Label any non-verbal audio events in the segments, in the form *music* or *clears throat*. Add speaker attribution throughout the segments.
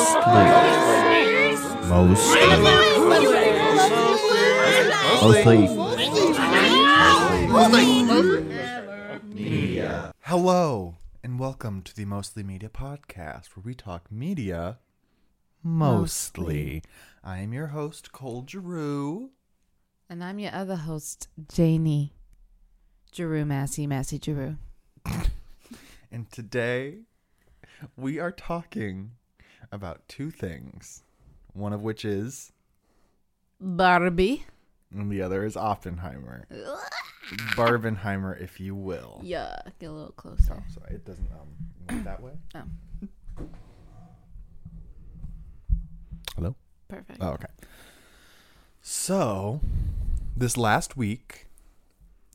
Speaker 1: Mostly. Mostly. Mostly. Hello, and welcome to the Mostly Media Podcast, where we talk media mostly. I am your host, Cole Giroux.
Speaker 2: And I'm your other host, Janie. Giroux Massey, Massey Giroux.
Speaker 1: And today we are talking about two things, one of which is,
Speaker 2: Barbie.
Speaker 1: and the other is
Speaker 2: *laughs*
Speaker 1: Oppenheimer. Barbenheimer, if you will.
Speaker 2: Yeah, get a little closer.
Speaker 1: Oh, sorry, it doesn't um work that way.
Speaker 2: Oh,
Speaker 1: Hello.
Speaker 2: perfect.
Speaker 1: Oh, okay. So, this last week,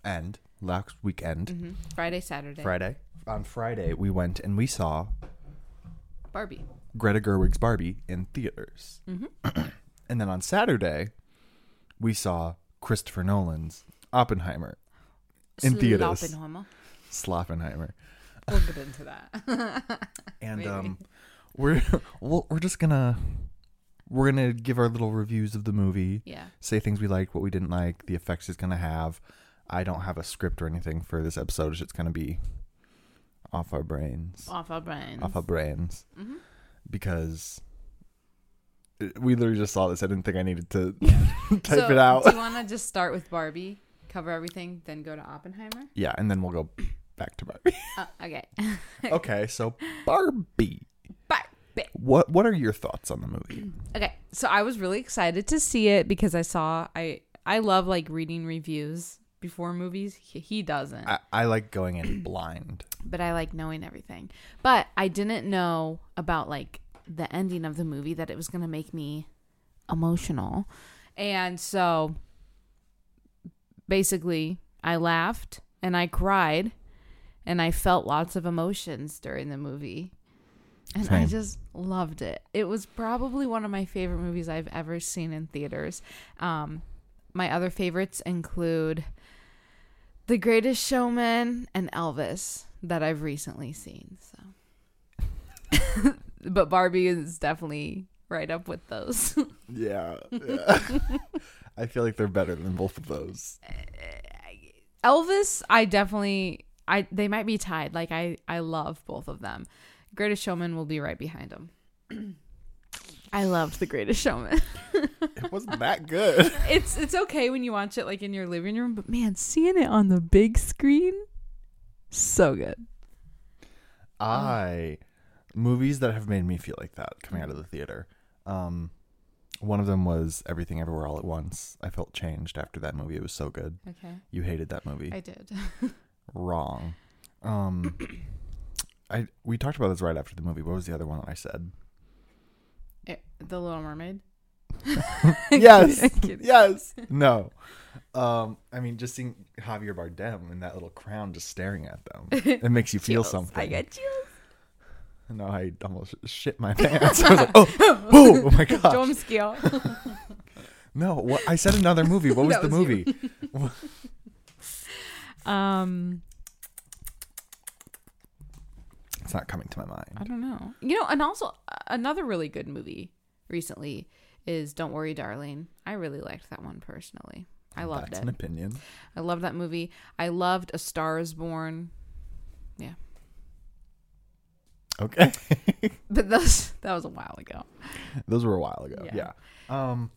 Speaker 1: and last weekend,
Speaker 2: hmm Friday, Saturday.
Speaker 1: Friday, on Friday, we went and we saw
Speaker 2: Barbie.
Speaker 1: Greta Gerwig's Barbie in theaters. *clears throat* and then on Saturday, we saw Christopher Nolan's Oppenheimer, In theaters.
Speaker 2: Oppenheimer.
Speaker 1: Sloppenheimer.
Speaker 2: We'll get
Speaker 1: *laughs*
Speaker 2: into that.
Speaker 1: And
Speaker 2: Maybe.
Speaker 1: um, we're, *laughs* we'll- we're just gonna, we're gonna give our little reviews of the movie.
Speaker 2: yeah.
Speaker 1: say things we liked, what we didn't like, the effects it's gonna have. I don't have a script or anything for this episode. It's just gonna be off our brains,
Speaker 2: Off Mm-hmm. our brains.
Speaker 1: off our brains, because it- we literally just saw this. I didn't think I needed
Speaker 2: *laughs*
Speaker 1: to *laughs* type
Speaker 2: so,
Speaker 1: it out.
Speaker 2: Do you want to just start with Barbie, cover everything, then go to Oppenheimer?
Speaker 1: *laughs* yeah, and then we'll go back to
Speaker 2: *laughs*
Speaker 1: Barbie.
Speaker 2: Uh, okay.
Speaker 1: okay, so Barbie.
Speaker 2: Barbie.
Speaker 1: What What are your thoughts on the movie?
Speaker 2: Okay, so I was really excited to see it because I saw I I love like reading reviews before movies. He, he doesn't,
Speaker 1: I, I like going in blind.
Speaker 2: but I like knowing everything. But I didn't know about like the ending of the movie that it was going to make me emotional. And so basically, I laughed and I cried and I felt lots of emotions during the movie. And I
Speaker 1: Same.
Speaker 2: just loved it. It was probably one of my favorite movies I've ever seen in theaters. Um, my other favorites include The Greatest Showman and Elvis that I've recently seen. So, *laughs* but Barbie is definitely right up with those. *laughs*
Speaker 1: Yeah. yeah. *laughs* I feel like they're better than both of those.
Speaker 2: Elvis, I definitely I they might be tied. Like I I love both of them. Greatest Showman will be right behind them. *clears throat* I loved The Greatest Showman. *laughs*
Speaker 1: It wasn't that good.
Speaker 2: it's it's okay when you watch it like in your living room, but man, seeing it on the big screen so good.
Speaker 1: I movies that have made me feel like that coming out of the theater. Um, one of them was Everything Everywhere All at Once. I felt changed after that movie. It was so good.
Speaker 2: Okay.
Speaker 1: You hated that movie.
Speaker 2: I did.
Speaker 1: Wrong. Um, I we talked about this right after the movie. What was the other one that I said?
Speaker 2: *laughs* the Little *laughs* Mermaid.
Speaker 1: yes,
Speaker 2: kidding.
Speaker 1: yes. *laughs* No. Um, I mean, just seeing Javier Bardem in that little crown, just staring at them, it makes
Speaker 2: *laughs*
Speaker 1: you feel something.
Speaker 2: I got chills.
Speaker 1: No, I almost shit
Speaker 2: *laughs*
Speaker 1: my pants. *laughs* I was like, oh, oh, oh my gosh.
Speaker 2: Dome scale. *laughs*
Speaker 1: No, what, I said another movie. What was
Speaker 2: That
Speaker 1: the
Speaker 2: was
Speaker 1: movie?
Speaker 2: um
Speaker 1: It's not coming to my
Speaker 2: I
Speaker 1: mind.
Speaker 2: don't know. You know, and also uh, another really good movie recently is Don't Worry, Darling. I really liked that one personally. I loved
Speaker 1: That's
Speaker 2: it.
Speaker 1: an opinion.
Speaker 2: I loved that movie. I loved A Star Is Born.
Speaker 1: Okay, *laughs*
Speaker 2: But *laughs* those that was a while ago.
Speaker 1: those were a while ago. Yeah.
Speaker 2: Yeah.
Speaker 1: Um,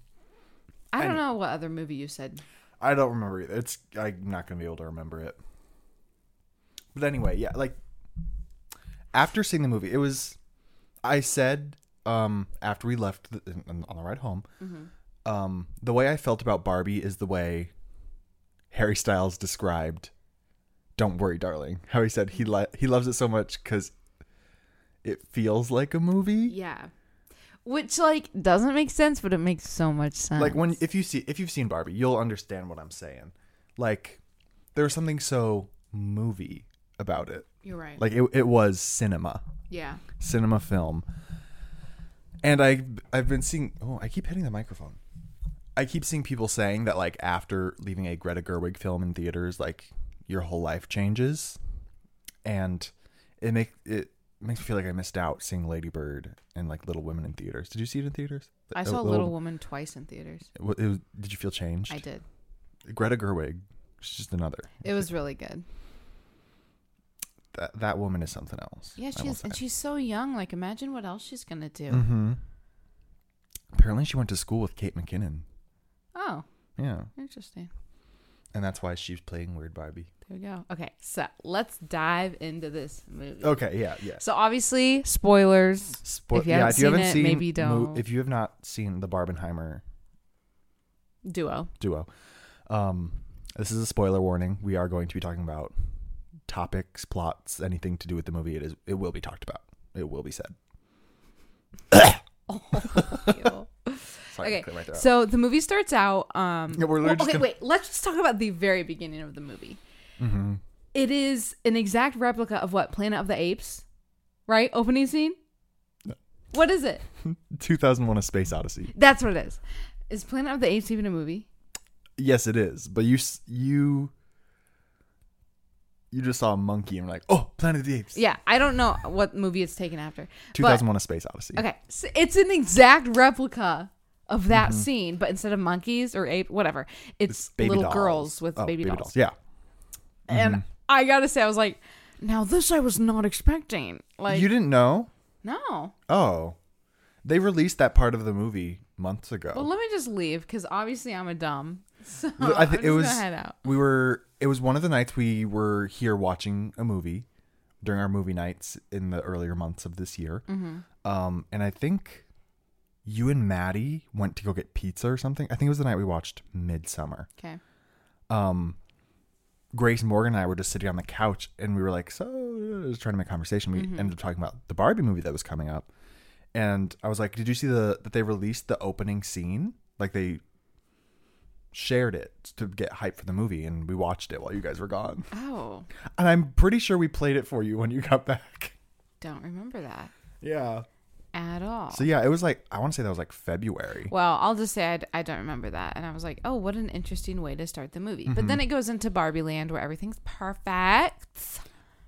Speaker 2: I don't
Speaker 1: And-
Speaker 2: know what other movie you said.
Speaker 1: I don't remember. Either. It's I'm not gonna be able to remember it. But anyway, yeah. Like after seeing the movie, it was. I said um after we left the, on on the ride home, um the way I felt about Barbie is the way Harry Styles described. Don't worry, darling. How he said he li- he loves it so much because it feels like a movie.
Speaker 2: Yeah. Which like doesn't make sense, but it makes so much sense.
Speaker 1: like when if you see if you've seen Barbie, you'll understand what I'm saying. Like there was something so movie about it.
Speaker 2: you're right.
Speaker 1: Like it, it was cinema,
Speaker 2: yeah.
Speaker 1: cinema film. And I I've been seeing oh I keep hitting the microphone. I keep seeing people saying that like after leaving a Greta Gerwig film in theaters, like your whole life changes, and it make it makes me feel like I missed out seeing Lady Bird and like Little Women in theaters. Did you see it in theaters?
Speaker 2: I
Speaker 1: Uh,
Speaker 2: saw Little Woman twice in theaters.
Speaker 1: It wa- it was- did you feel changed?
Speaker 2: I did.
Speaker 1: Greta Gerwig. She's just another.
Speaker 2: It was really good.
Speaker 1: That, that woman is something else.
Speaker 2: Yeah, she's and she's so young. Like, imagine what else she's gonna do.
Speaker 1: hmm Apparently, she went to school with Kate McKinnon.
Speaker 2: Oh,
Speaker 1: Yeah,
Speaker 2: interesting.
Speaker 1: and that's why she's playing Weird Barbie.
Speaker 2: There we go. Okay, so let's dive into this movie.
Speaker 1: Okay, yeah, yeah.
Speaker 2: So obviously, spoilers.
Speaker 1: Spo-
Speaker 2: If you haven't seen it, maybe don't.
Speaker 1: if you have not seen the Barbenheimer
Speaker 2: Duo.
Speaker 1: *laughs*
Speaker 2: *laughs*
Speaker 1: duo, um, this is a spoiler warning. We are going to be talking about topics, plots, anything to do with the movie. It is. It will be talked about. It will be said.
Speaker 2: Ew.
Speaker 1: Sorry,
Speaker 2: Okay,
Speaker 1: clear my throat.
Speaker 2: so the movie starts out. Um,
Speaker 1: Yeah, we're literally
Speaker 2: well,
Speaker 1: just
Speaker 2: okay,
Speaker 1: gonna-
Speaker 2: wait. Let's just talk about the very beginning of the movie.
Speaker 1: Mhm.
Speaker 2: It is an exact replica of what Planet of the Apes, right? Opening scene. What is it?
Speaker 1: 2001: A Space Odyssey.
Speaker 2: That's what it is. Is Planet of the Apes even a movie?
Speaker 1: Yes, it is. But you s- you you just saw a monkey and were like, oh, Planet of the Apes.
Speaker 2: Yeah, I don't know what movie it's taken after. but-
Speaker 1: 2001: A Space Odyssey.
Speaker 2: Okay, so it's an exact replica of that scene, but instead of monkeys or ape, whatever, it's,
Speaker 1: Mm-hmm. Baby
Speaker 2: little
Speaker 1: dolls.
Speaker 2: girls with
Speaker 1: Oh,
Speaker 2: baby, dolls.
Speaker 1: Yeah. Mm-hmm.
Speaker 2: And I gotta say, I was like, now this I was not expecting. Like,
Speaker 1: you didn't know?
Speaker 2: no.
Speaker 1: Oh. They released that part of the movie months ago.
Speaker 2: Well, let me just leave because obviously I'm a dumb. *laughs* So
Speaker 1: Oh. Well,
Speaker 2: I
Speaker 1: I think
Speaker 2: am
Speaker 1: it was
Speaker 2: gonna head out.
Speaker 1: we were it was one of the nights we were here watching a movie during our movie nights in the earlier months of this year.
Speaker 2: Mm-hmm.
Speaker 1: Um, and I think you and Maddie went to go get pizza or something. I think it was the night we watched Midsummer.
Speaker 2: Okay.
Speaker 1: um, Grace Morgan and I were just sitting on the couch and we were like, so uh, just trying to make conversation. We ended up talking about the Barbie movie that was coming up, and I was like, did you see the that they released the opening scene? Like they shared it to get hype for the movie, and we watched it while you guys were gone.
Speaker 2: Oh,
Speaker 1: And I'm pretty sure we played it for you when you got back.
Speaker 2: don't remember that
Speaker 1: Yeah.
Speaker 2: at all.
Speaker 1: So yeah, it was like I want to say that was like February.
Speaker 2: well, I'll just say I, d- I don't remember that. And I was like, oh, what an interesting way to start the movie.
Speaker 1: Mm-hmm.
Speaker 2: But then it goes into Barbie Land where everything's perfect.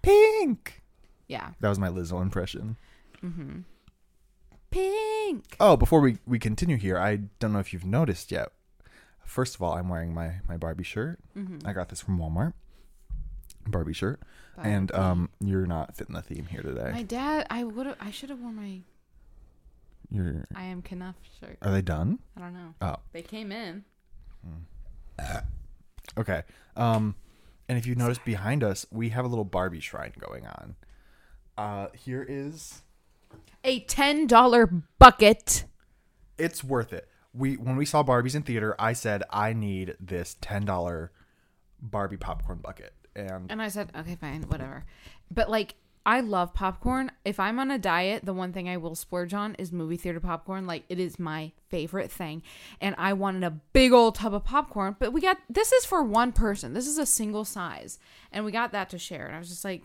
Speaker 1: Pink.
Speaker 2: Yeah.
Speaker 1: That was my Lizzo impression.
Speaker 2: Pink.
Speaker 1: Oh, before we, we continue here, I don't know if you've noticed yet. First of all, I'm wearing my, my Barbie shirt. I got this from Walmart. Barbie shirt. And um, you're not fitting the theme here today.
Speaker 2: My dad, I would have, I should have worn my
Speaker 1: You're
Speaker 2: I am Knuff shirt.
Speaker 1: Are they done?
Speaker 2: I don't know.
Speaker 1: Oh,
Speaker 2: They came in.
Speaker 1: okay. Um, and if you notice behind us, we have a little Barbie shrine going on. Uh, here is
Speaker 2: A ten dollar bucket.
Speaker 1: it's worth it. We when we saw Barbies in theater, I said I need this ten dollar Barbie popcorn bucket. And
Speaker 2: And I said, okay, fine, whatever. But like, I love popcorn. If I'm on a diet, the one thing I will splurge on is movie theater popcorn. Like, it is my favorite thing. And I wanted a big old tub of popcorn, but we got this is for one person. This is a single size. And we got that to share. And I was just like,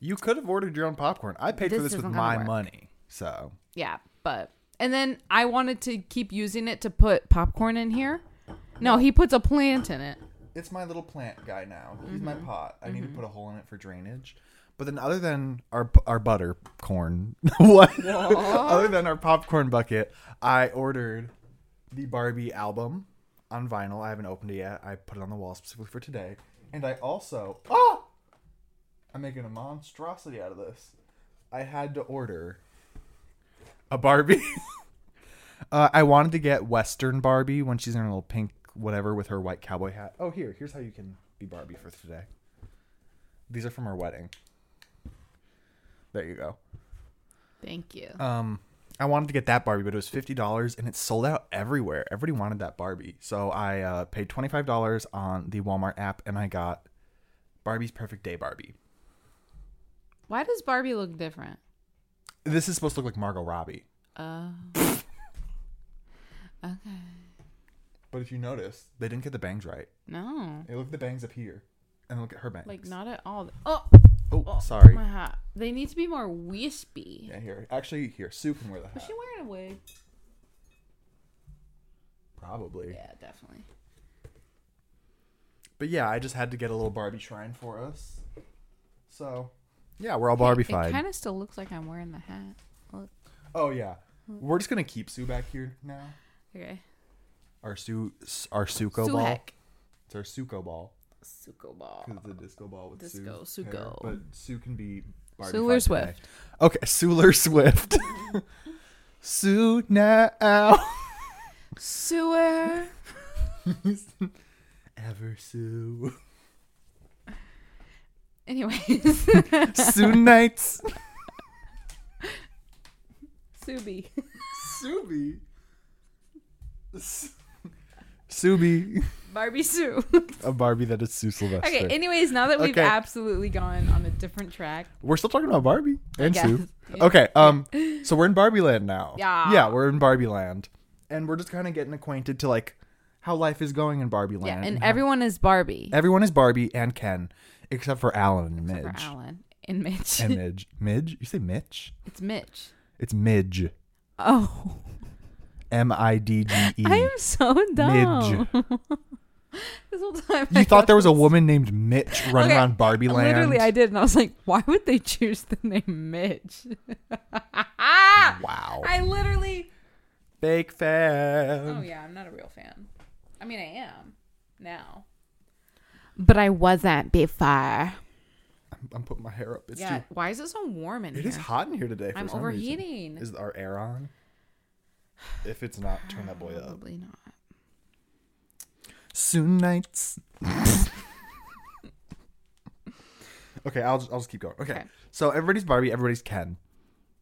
Speaker 1: You could have ordered your own popcorn. I paid for
Speaker 2: This
Speaker 1: this with
Speaker 2: isn't
Speaker 1: my
Speaker 2: gonna work.
Speaker 1: money. So
Speaker 2: yeah, but. And then I wanted to keep using it to put popcorn in here. No, he puts a plant in it.
Speaker 1: it's my little plant guy now. He's my
Speaker 2: Mm-hmm.
Speaker 1: pot. I need to put a hole in it for drainage. But then, other than our our butter corn, *laughs* what? other than our popcorn bucket, I ordered the Barbie album on vinyl. I haven't opened it yet. I put it on the wall specifically for today. And I also, oh, I'm making a monstrosity out of this. I had to order a Barbie. *laughs* Uh, I wanted to get Western Barbie when she's in her little pink whatever with her white cowboy hat. Oh, here, here's how you can be Barbie for today. These are from our wedding. There you go.
Speaker 2: Thank you.
Speaker 1: Um, I wanted to get that Barbie, but it was fifty dollars, and it sold out everywhere. Everybody wanted that Barbie, so I uh, paid twenty five dollars on the Walmart app, and I got Barbie's Perfect Day Barbie.
Speaker 2: Why does Barbie look different?
Speaker 1: This is supposed to look like Margot Robbie,
Speaker 2: Uh, okay.
Speaker 1: but if you notice, they didn't get the bangs right.
Speaker 2: No.
Speaker 1: Hey, look at the bangs up here, and look at her bangs.
Speaker 2: Like not at all. Oh,
Speaker 1: oh,
Speaker 2: oh,
Speaker 1: sorry.
Speaker 2: My hat. They need to be more wispy.
Speaker 1: Yeah, here. Actually, here. Sue can wear the
Speaker 2: Was
Speaker 1: hat.
Speaker 2: she wearing a wig?
Speaker 1: Probably.
Speaker 2: Yeah, definitely.
Speaker 1: But yeah, I just had to get a little Barbie shrine for us. So Yeah, we're all
Speaker 2: It
Speaker 1: Barbified.
Speaker 2: kind of still looks like I'm wearing the hat. Look.
Speaker 1: oh yeah, we're just gonna keep Sue back here now.
Speaker 2: Okay.
Speaker 1: Our Sue, our Suko ball.
Speaker 2: Suhek.
Speaker 1: It's our Suko ball.
Speaker 2: Suko ball.
Speaker 1: Because it's a disco ball with
Speaker 2: Disco,
Speaker 1: Sue. hair,
Speaker 2: Suko.
Speaker 1: But Sue can be Barbie
Speaker 2: Suler
Speaker 1: fied today.
Speaker 2: Swift.
Speaker 1: Okay, Suler Swift. *laughs* Sue now. *laughs*
Speaker 2: Sewer.
Speaker 1: Ever
Speaker 2: *laughs*
Speaker 1: Sue.
Speaker 2: Anyways. *laughs*
Speaker 1: Sue Nights.
Speaker 2: Subi.
Speaker 1: Subi. Subi.
Speaker 2: Barbie Sue. *laughs*
Speaker 1: A Barbie that is Sue Sylvester.
Speaker 2: Okay. Anyways, now that we've
Speaker 1: Okay.
Speaker 2: absolutely gone on a different track,
Speaker 1: we're still talking about Barbie and
Speaker 2: guess.
Speaker 1: Sue. Okay, um, so we're in Barbie land now.
Speaker 2: Yeah.
Speaker 1: Yeah, we're in Barbie land. And we're just kind of getting acquainted to like how life is going in Barbie
Speaker 2: yeah,
Speaker 1: land.
Speaker 2: and
Speaker 1: how-
Speaker 2: everyone is Barbie
Speaker 1: Everyone is Barbie and Ken, except for Alan and Midge.
Speaker 2: for Alan and Mitch.
Speaker 1: And Midge. Midge? You say Mitch?
Speaker 2: *laughs* it's Mitch.
Speaker 1: It's Midge.
Speaker 2: Oh,
Speaker 1: M I D G E.
Speaker 2: *laughs* I am so dumb.
Speaker 1: Midge.
Speaker 2: *laughs* this whole time I
Speaker 1: You thought there was
Speaker 2: *laughs*
Speaker 1: a woman named Mitch running
Speaker 2: Okay,
Speaker 1: around Barbie land.
Speaker 2: Literally, I did, and I was like, "Why would they choose the name Mitch?"
Speaker 1: Wow.
Speaker 2: *laughs* I literally.
Speaker 1: Fake
Speaker 2: Oh
Speaker 1: fan.
Speaker 2: yeah, I'm not a real fan. I mean, I am now, but I wasn't before.
Speaker 1: I'm, I'm putting my hair up. It's
Speaker 2: yeah.
Speaker 1: too.
Speaker 2: Why is it so warm in
Speaker 1: It
Speaker 2: here?
Speaker 1: is hot in here today. For
Speaker 2: I'm
Speaker 1: some
Speaker 2: overheating.
Speaker 1: Reason. Is our air on? If it's not, turn that boy up.
Speaker 2: Probably not.
Speaker 1: Soon nights. *laughs* okay, I'll just, I'll just keep going. Okay.
Speaker 2: Okay.
Speaker 1: So everybody's Barbie, everybody's Ken.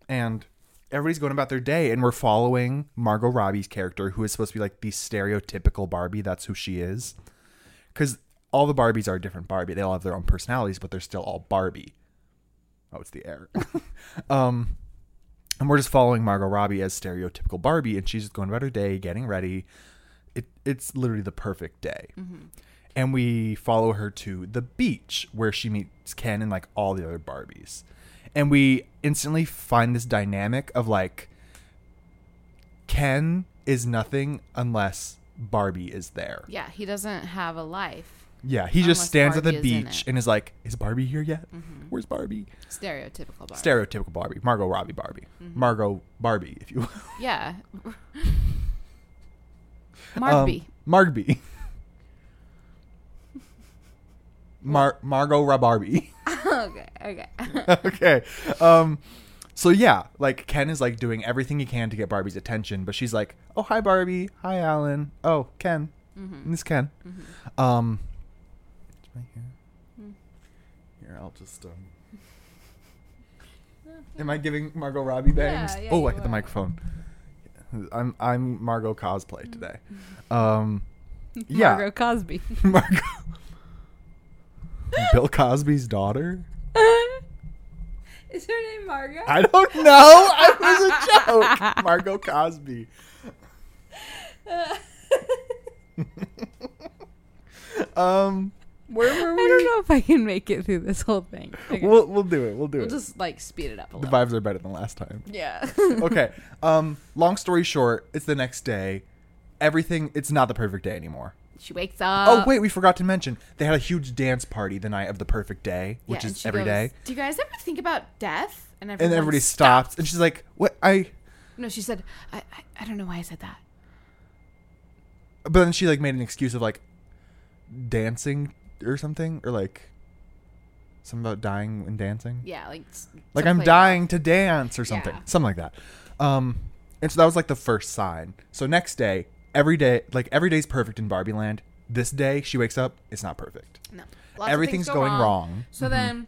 Speaker 1: And everybody's going about their day and we're following Margot Robbie's character who is supposed to be like the stereotypical Barbie, that's who she is. Cuz all the Barbies are different Barbie. They all have their own personalities, but they're still all Barbie. Oh, it's the air. *laughs* um and we're just following Margot Robbie as stereotypical Barbie and she's just going about her day, getting ready. It it's literally the perfect day
Speaker 2: Mm-hmm.
Speaker 1: and we follow her to the beach where she meets Ken and like all the other Barbies. And we instantly find this dynamic of like Ken is nothing unless Barbie is there.
Speaker 2: Yeah, he doesn't have a life.
Speaker 1: Yeah, he just
Speaker 2: Unless
Speaker 1: stands at the
Speaker 2: Barbie is in
Speaker 1: beach
Speaker 2: it. Mm-hmm.
Speaker 1: and is like, "Is Barbie here yet? Where's Barbie?"
Speaker 2: Stereotypical Barbie.
Speaker 1: Stereotypical Barbie, Margot Robbie Barbie,
Speaker 2: Mm-hmm.
Speaker 1: Margot Barbie, if you will. *laughs*
Speaker 2: yeah.
Speaker 1: Um,
Speaker 2: Marby.
Speaker 1: Margby. Mar Margot Robbie.
Speaker 2: *laughs* okay. Okay.
Speaker 1: *laughs* okay. Um so yeah, like Ken is like doing everything he can to get Barbie's attention, but she's like, "Oh, hi Barbie. Hi Alan. Oh, Ken.
Speaker 2: Mm-hmm.
Speaker 1: Miss Ken." Um it's right here. Here, I'll just
Speaker 2: *laughs*
Speaker 1: um Am I giving Margot Robbie bangs?
Speaker 2: yeah,
Speaker 1: oh,
Speaker 2: you
Speaker 1: I hit the
Speaker 2: are.
Speaker 1: microphone. I'm I'm Margot
Speaker 2: Mm-hmm.
Speaker 1: cosplay today.
Speaker 2: *laughs*
Speaker 1: Um yeah.
Speaker 2: Margot Cosby.
Speaker 1: *laughs* Margot. Bill Cosby's daughter?
Speaker 2: *laughs* Is her name Margot?
Speaker 1: I don't know. *laughs* It was a joke. Margot Cosby. um, where were we?
Speaker 2: I don't know if I can make it through this whole thing. Okay.
Speaker 1: We'll we'll do it. We'll do
Speaker 2: We'll
Speaker 1: it.
Speaker 2: just like speed it up a
Speaker 1: the
Speaker 2: little.
Speaker 1: vibes are better than last time.
Speaker 2: Yeah.
Speaker 1: Okay. Um, long story short, it's the next day. Everything. It's not the perfect day anymore.
Speaker 2: *laughs* she wakes up.
Speaker 1: Oh wait, we forgot to mention they had a huge dance party the night of the perfect day,
Speaker 2: Yeah,
Speaker 1: which
Speaker 2: and
Speaker 1: is
Speaker 2: she
Speaker 1: every
Speaker 2: goes,
Speaker 1: day.
Speaker 2: Do you guys ever think about death? And,
Speaker 1: And
Speaker 2: everyone
Speaker 1: everybody
Speaker 2: stops.
Speaker 1: stops, and she's like, "What? I
Speaker 2: No, she said, I, I, I don't know why I said that.
Speaker 1: but then she like made an excuse of like dancing or something or like something about dying and dancing
Speaker 2: Yeah, like s-
Speaker 1: like
Speaker 2: some
Speaker 1: i'm
Speaker 2: play-
Speaker 1: dying to dance or something
Speaker 2: Yeah.
Speaker 1: something like that um and so that was like the first sign so next day every day like every day's perfect in barbie land this day she wakes up it's not perfect
Speaker 2: No, Lots of
Speaker 1: Everything's
Speaker 2: things go
Speaker 1: going
Speaker 2: wrong.
Speaker 1: wrong. Mm-hmm.
Speaker 2: So then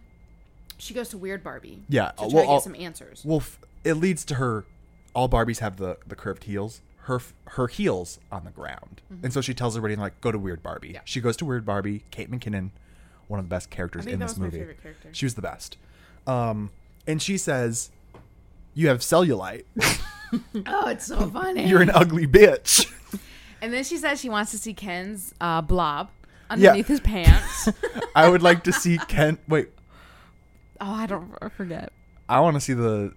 Speaker 2: she goes to Weird Barbie.
Speaker 1: Yeah,
Speaker 2: to try
Speaker 1: uh,
Speaker 2: to
Speaker 1: well, I'll-
Speaker 2: get some answers.
Speaker 1: well f- it leads to her all barbies have the the curved heels her f- her heels on the ground and so she tells everybody like go to weird barbie
Speaker 2: Mm-hmm. Yeah.
Speaker 1: she goes to weird barbie kate mckinnon one of the best characters
Speaker 2: I think
Speaker 1: in
Speaker 2: that
Speaker 1: this
Speaker 2: was my
Speaker 1: movie
Speaker 2: favorite character.
Speaker 1: she was the best um and she says you have cellulite *laughs*
Speaker 2: oh, it's *laughs* so funny.
Speaker 1: you're an ugly bitch *laughs*
Speaker 2: and then she says she wants to see Ken's uh, blob
Speaker 1: Yeah.
Speaker 2: underneath his *laughs* pants.
Speaker 1: i would like to see kent wait
Speaker 2: oh, I don't I forget.
Speaker 1: i want to see the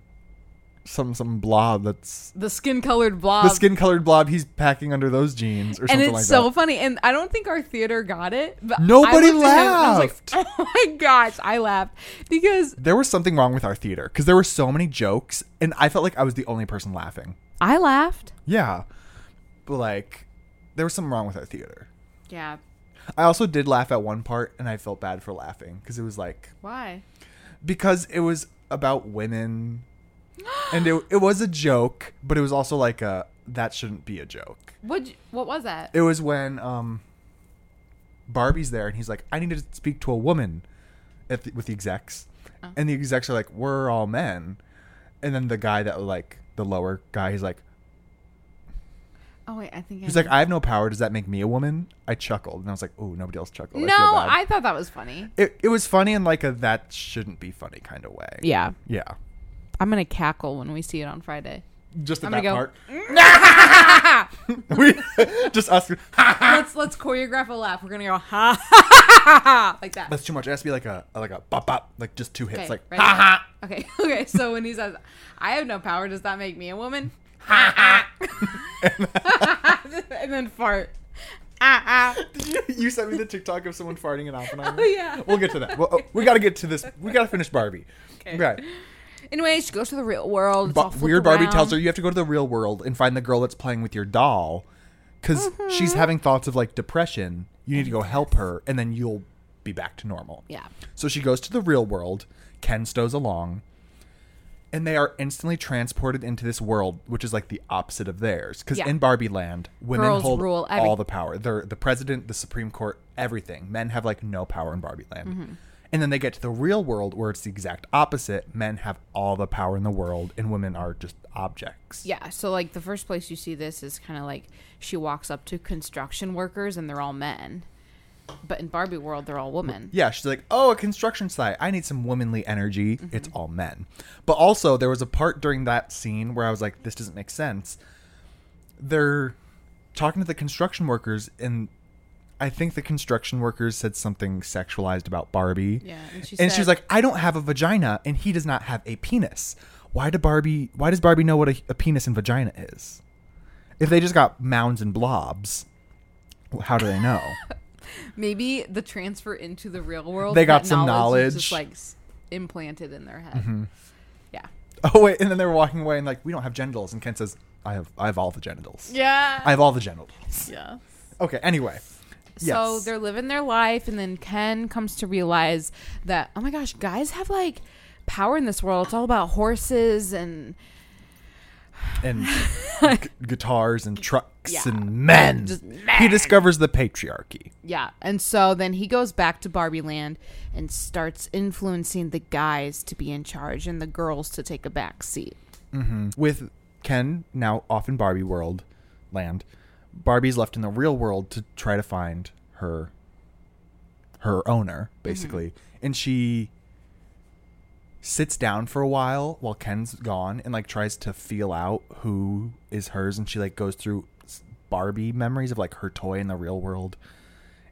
Speaker 1: some some blob that's
Speaker 2: the skin colored blob.
Speaker 1: the skin colored blob he's packing under those jeans or
Speaker 2: and
Speaker 1: something
Speaker 2: it's
Speaker 1: like
Speaker 2: so
Speaker 1: that.
Speaker 2: funny. And I don't think our theater got it. But I
Speaker 1: Nobody
Speaker 2: looked at him and I was
Speaker 1: laughed.
Speaker 2: like, *laughs* oh my gosh, I laughed because
Speaker 1: There was something wrong with our theater because there were so many jokes, and I felt like I was the only person laughing.
Speaker 2: I laughed.
Speaker 1: Yeah, but like there was something wrong with our theater.
Speaker 2: Yeah.
Speaker 1: I also did laugh at one part, and I felt bad for laughing because it was like
Speaker 2: Why?
Speaker 1: because it was about women, and it it was a joke, but it was also like a that shouldn't be a joke.
Speaker 2: What? What was that?
Speaker 1: It was when um, Barbie's there and he's like, I need to speak to a woman at the, with the execs.
Speaker 2: Oh.
Speaker 1: And the execs are like, We're all men. And then the guy that, like, the lower guy, he's like,
Speaker 2: oh wait, I think I
Speaker 1: He's
Speaker 2: know.
Speaker 1: like, I have no power. Does that make me a woman? I chuckled. And I was like, Oh, nobody else chuckled.
Speaker 2: no,
Speaker 1: I feel bad.
Speaker 2: I thought that was funny.
Speaker 1: It, it was funny in, like, a that shouldn't be funny kind of way.
Speaker 2: Yeah,
Speaker 1: Yeah.
Speaker 2: I'm gonna cackle when we see it on Friday.
Speaker 1: Just in
Speaker 2: I'm
Speaker 1: that
Speaker 2: gonna
Speaker 1: part.
Speaker 2: go. *laughs*
Speaker 1: *laughs* we just us. *laughs*
Speaker 2: let's let's choreograph a laugh. We're gonna go ha ha ha ha, ha like that.
Speaker 1: That's too much. It has to be like a, like a bop bop, like just two hits.
Speaker 2: Okay,
Speaker 1: like,
Speaker 2: ready?
Speaker 1: ha ha.
Speaker 2: Okay, *laughs* okay. So when he says, "I have no power," does that make me a woman? Ha ha. *laughs* and then fart.
Speaker 1: *laughs*
Speaker 2: Ah ah.
Speaker 1: you sent me the TikTok of someone farting in Oppenheimer.
Speaker 2: Oh, yeah.
Speaker 1: we'll get to that. Well, oh, we got to get to this. We got to finish Barbie.
Speaker 2: Okay.
Speaker 1: Right.
Speaker 2: Anyway, she goes to the real world. It's all
Speaker 1: But
Speaker 2: flipped
Speaker 1: weird Barbie
Speaker 2: around.
Speaker 1: tells her you have to go to the real world and find the girl that's playing with your doll, because
Speaker 2: Mm-hmm.
Speaker 1: she's having thoughts of like depression. You need to go help her, and then you'll be back to normal.
Speaker 2: Yeah.
Speaker 1: So she goes to the real world. Ken stows along. And they are instantly transported into this world, which is like the opposite of theirs. Because
Speaker 2: Yeah.
Speaker 1: in Barbie Land, women
Speaker 2: Girls
Speaker 1: hold
Speaker 2: rule every-
Speaker 1: all the power. They're the president, the Supreme Court, everything. Men have like no power in Barbie Land. And then they get to the real world where it's the exact opposite. Men have all the power in the world, and women are just objects.
Speaker 2: Yeah, so like the first place you see this is kind of like she walks up to construction workers and they're all men. But in Barbie world, they're all women.
Speaker 1: Yeah, she's like, oh, a construction site. I need some womanly energy.
Speaker 2: Mm-hmm.
Speaker 1: It's all men. But also, there was a part during that scene where I was like, this doesn't make sense. They're talking to the construction workers, and I think the construction workers said something sexualized about Barbie.
Speaker 2: Yeah, and she
Speaker 1: and she's
Speaker 2: said-
Speaker 1: like, I don't have a vagina, and he does not have a penis. Why do Barbie? Why does Barbie know what a, a penis and vagina is? If they just got mounds and blobs, how do they know?
Speaker 2: Maybe the transfer into the real world.
Speaker 1: They got
Speaker 2: that
Speaker 1: some
Speaker 2: is just
Speaker 1: knowledge. Mm-hmm.
Speaker 2: like s- implanted in their head. Yeah.
Speaker 1: *laughs* Oh wait, and then they were walking away and like, we don't have genitals, and Ken says, I have I have all the genitals.
Speaker 2: Yeah.
Speaker 1: I have all the genitals.
Speaker 2: yeah.
Speaker 1: Okay, anyway.
Speaker 2: So
Speaker 1: Yes.
Speaker 2: they're living their life, and then Ken comes to realize that oh my gosh, guys have like power in this world. It's all about horses and *laughs*
Speaker 1: And gu- guitars and trucks
Speaker 2: Yeah.
Speaker 1: and men.
Speaker 2: Just
Speaker 1: He
Speaker 2: men.
Speaker 1: discovers the patriarchy.
Speaker 2: Yeah. And so then he goes back to Barbie Land and starts influencing the guys to be in charge and the girls to take a back seat.
Speaker 1: With Ken now off in Barbie world land, Barbie's left in the real world to try to find her her owner, basically. And she sits down for a while while Ken's gone and like tries to feel out who is hers and she like goes through s- Barbie memories of like her toy in the real world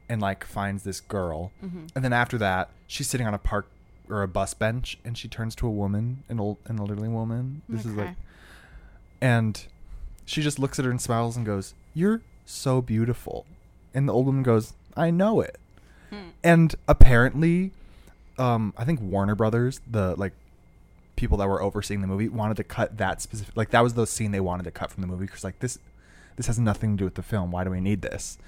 Speaker 1: and like finds this girl. And then after that, she's sitting on a park or a bus bench and she turns to a woman, an old an elderly woman. This is like
Speaker 2: Okay.
Speaker 1: and she just looks at her and smiles and goes, "You're so beautiful." And the old woman goes, "I know it." And apparently, um, I think Warner Brothers, the like people that were overseeing the movie, wanted to cut that specific. Like that was the scene they wanted to cut from the movie because like this, this has nothing to do with the film. Why do we need this?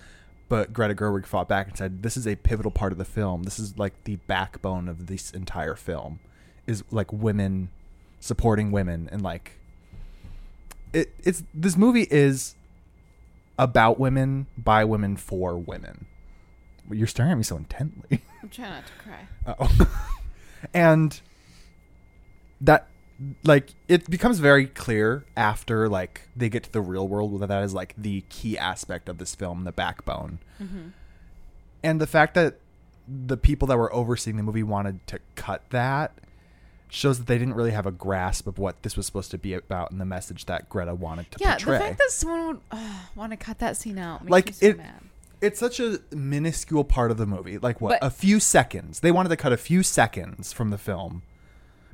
Speaker 1: But Greta Gerwig fought back and said, "This is a pivotal part of the film. This is like the backbone of this entire film, is like women supporting women and like it, it's this movie is about women by women for women. Well, You're staring at me so intently. *laughs*
Speaker 2: I'm trying not to cry.
Speaker 1: Oh. and that like it becomes very clear after like they get to the real world that that is like the key aspect of this film, the backbone.
Speaker 2: Mm-hmm.
Speaker 1: And the fact that the people that were overseeing the movie wanted to cut that shows that they didn't really have a grasp of what this was supposed to be about and the message that Greta wanted to
Speaker 2: Yeah,
Speaker 1: portray.
Speaker 2: the fact that someone would oh, want to cut that scene out makes
Speaker 1: Like,
Speaker 2: me so
Speaker 1: it-
Speaker 2: mad.
Speaker 1: it's such a minuscule part of the movie. Like what?
Speaker 2: But-
Speaker 1: a few seconds. They wanted to cut a few seconds from the film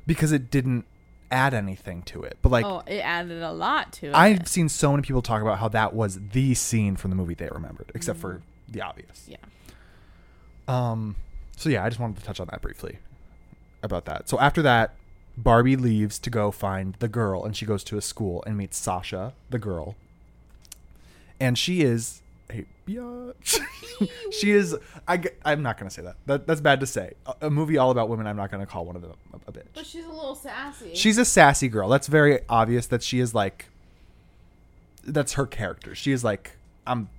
Speaker 1: because it didn't add anything to it, but like
Speaker 2: oh, it added a lot to it.
Speaker 1: I've seen so many people talk about how that was the scene from the movie they remembered, except
Speaker 2: Mm.
Speaker 1: for the obvious.
Speaker 2: yeah.
Speaker 1: Um, so yeah, I just wanted to touch on that briefly about that. So after that, Barbie leaves to go find the girl, and she goes to a school and meets Sasha, the girl, and she is a biatch. *laughs* she is. I, g- I'm not gonna say that. that. That's bad to say. A, a movie all about women. I'm not gonna call one of them a, a bitch.
Speaker 2: But she's a little sassy.
Speaker 1: She's a sassy girl. That's very obvious that she is like that's her character. She is like I'm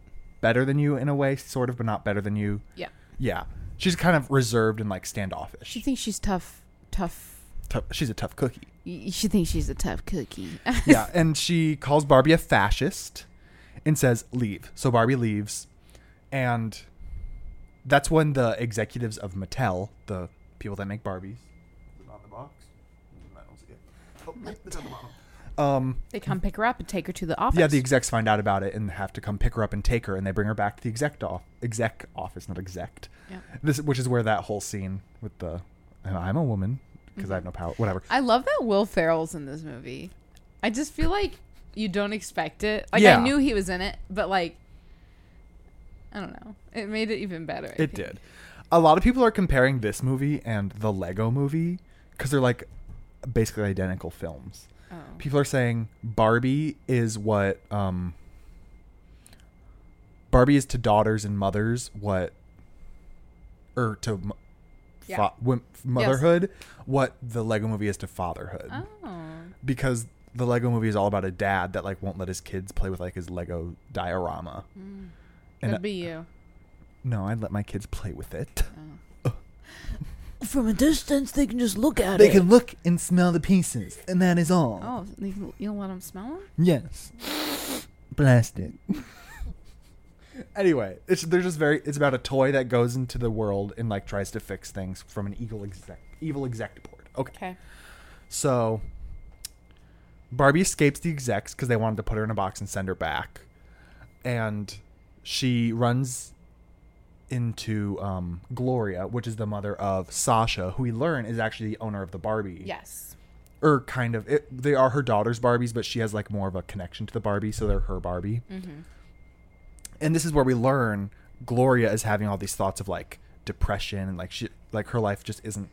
Speaker 1: better than you in a way, sort of, but not better than you.
Speaker 2: yeah.
Speaker 1: Yeah. She's kind of reserved and like standoffish.
Speaker 2: She thinks she's tough. Tough.
Speaker 1: Tou- she's a tough
Speaker 2: *laughs*
Speaker 1: cookie.
Speaker 2: y- She thinks she's a tough cookie. *laughs*
Speaker 1: yeah, and she calls Barbie a fascist and says leave. So Barbie leaves and that's when the executives of Mattel, the people that make Barbies, is it on the box. I don't see it. Oh, it's on the bottom. Um,
Speaker 2: they come pick her up and take her to the office.
Speaker 1: Yeah, the execs find out about it and have to come pick her up and take her, and they bring her back to the exec off exec office, not exec.
Speaker 2: Yeah.
Speaker 1: This, which is where that whole scene with the, and I'm a woman because I have no power. Whatever.
Speaker 2: I love that Will Ferrell's in this movie. I just feel like you don't expect it. Like
Speaker 1: Yeah.
Speaker 2: I knew he was in it, but like I don't know. It made it even better. I
Speaker 1: It
Speaker 2: think.
Speaker 1: did. A lot of people are comparing this movie and the Lego movie because they're like basically identical films.
Speaker 2: Oh.
Speaker 1: People are saying Barbie is what um, Barbie is to daughters and mothers what, or to m-
Speaker 2: Yeah.
Speaker 1: fa- wom- motherhood what the Lego movie is to fatherhood
Speaker 2: Oh.
Speaker 1: because the Lego movie is all about a dad that like won't let his kids play with like his Lego diorama. And
Speaker 2: Mm. That'd be you.
Speaker 1: no, I'd let my kids play with it.
Speaker 3: From a distance, they can just look at
Speaker 1: They
Speaker 3: it.
Speaker 1: can look and smell the pieces, and that is all.
Speaker 2: Oh, you can- you don't let him smell him?
Speaker 1: Yes. Plastic. anyway, it's they're just very it's about a toy that goes into the world and like tries to fix things from an evil exec evil exec board. Okay.
Speaker 2: Okay.
Speaker 1: So Barbie escapes the execs because they wanted to put her in a box and send her back. And she runs into um, Gloria, which is the mother of Sasha, who we learn is actually the owner of the Barbie
Speaker 2: Yes.
Speaker 1: or kind of it, they are her daughter's barbies but she has like more of a connection to the barbie so they're her barbie
Speaker 2: Mm-hmm.
Speaker 1: and this is where we learn gloria is having all these thoughts of like depression and like she like her life just isn't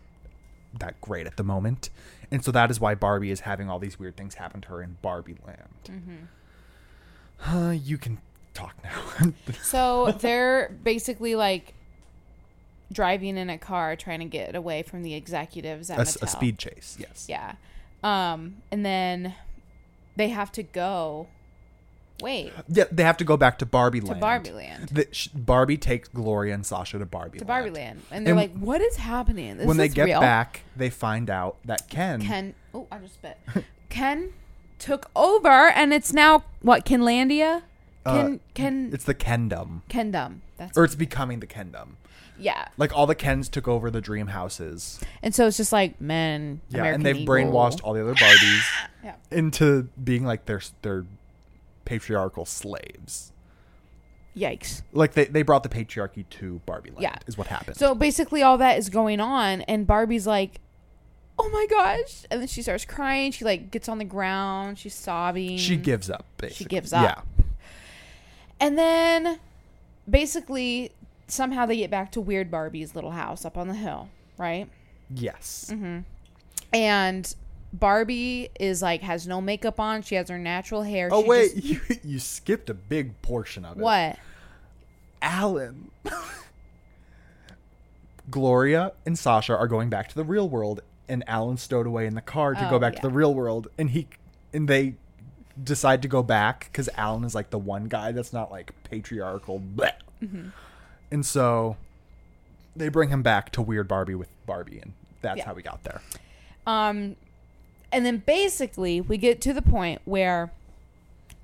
Speaker 1: that great at the moment and so that is why barbie is having all these weird things happen to her in barbie land
Speaker 2: Mm-hmm.
Speaker 1: uh, you can talk now *laughs*
Speaker 2: So they're basically like driving in a car trying to get away from the executives at
Speaker 1: a, s- a
Speaker 2: Mattel.
Speaker 1: speed chase yes
Speaker 2: Yeah. Um, and then they have to go. Wait,
Speaker 1: yeah they have to go back to barbie
Speaker 2: to
Speaker 1: land
Speaker 2: Barbie Land.
Speaker 1: The- sh- barbie takes gloria and sasha to barbie
Speaker 2: To Barbie Land. And they're
Speaker 1: And
Speaker 2: like, what is happening? This
Speaker 1: when they
Speaker 2: is
Speaker 1: get
Speaker 2: real.
Speaker 1: back, they find out that Ken,
Speaker 2: Ken. Oh, I just
Speaker 1: *laughs*
Speaker 2: spit. Ken took over, and it's now, what, Kenlandia?
Speaker 1: Uh,
Speaker 2: Ken. Ken.
Speaker 1: it's the Kendom,
Speaker 2: Kendom. That's.
Speaker 1: or it's becoming the Kendom.
Speaker 2: yeah.
Speaker 1: Like all the Kens took over the dream houses.
Speaker 2: And so it's just like men.
Speaker 1: Yeah,
Speaker 2: American
Speaker 1: and they've
Speaker 2: Eagle.
Speaker 1: brainwashed all the other Barbies
Speaker 2: *laughs* Yeah.
Speaker 1: into being like their their patriarchal slaves.
Speaker 2: Yikes.
Speaker 1: Like they, they brought the patriarchy to Barbie land
Speaker 2: Yeah.
Speaker 1: is what happened.
Speaker 2: So basically, all that is going on, and Barbie's like, "Oh my gosh!" And then she starts crying. She like gets on the ground. She's sobbing.
Speaker 1: she gives up. Basically.
Speaker 2: mm, gives up.
Speaker 1: Yeah.
Speaker 2: And then, basically, somehow they get back to Weird Barbie's little house up on the hill, right?
Speaker 1: Yes.
Speaker 2: Mm-hmm. And Barbie is like has no makeup on. She has her natural hair.
Speaker 1: Oh
Speaker 2: She
Speaker 1: wait, *laughs*
Speaker 2: just-
Speaker 1: you you skipped a big portion of it.
Speaker 2: what?
Speaker 1: Alan. Gloria and Sasha are going back to the real world, and Alan stowed away in the car to
Speaker 2: Oh,
Speaker 1: go back
Speaker 2: yeah.
Speaker 1: to the real world, and he and they decide to go back because Alan is like the one guy that's not like patriarchal, bleh.
Speaker 2: Mm-hmm.
Speaker 1: and so they bring him back to Weird Barbie with Barbie, and that's
Speaker 2: Yeah.
Speaker 1: how we got there.
Speaker 2: Um, and then basically we get to the point where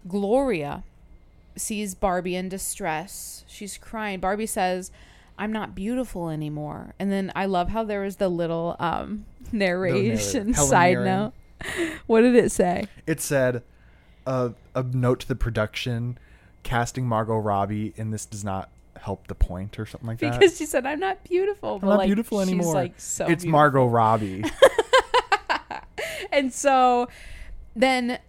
Speaker 2: Gloria sees Barbie in distress. She's crying. Barbie says, "I'm not beautiful anymore." And then I love how there was the little um, *laughs* narration
Speaker 1: narrator. Helen
Speaker 2: side
Speaker 1: Mirren.
Speaker 2: note. *laughs* What did it say?
Speaker 1: It said uh, a note to the production casting Margot Robbie, and this does not help the point or something like that.
Speaker 2: Because she said, "I'm not beautiful." But
Speaker 1: I'm not
Speaker 2: like,
Speaker 1: beautiful anymore.
Speaker 2: She's like so. *laughs*
Speaker 1: it's
Speaker 2: beautiful.
Speaker 1: Margot Robbie.
Speaker 2: And *laughs* and so then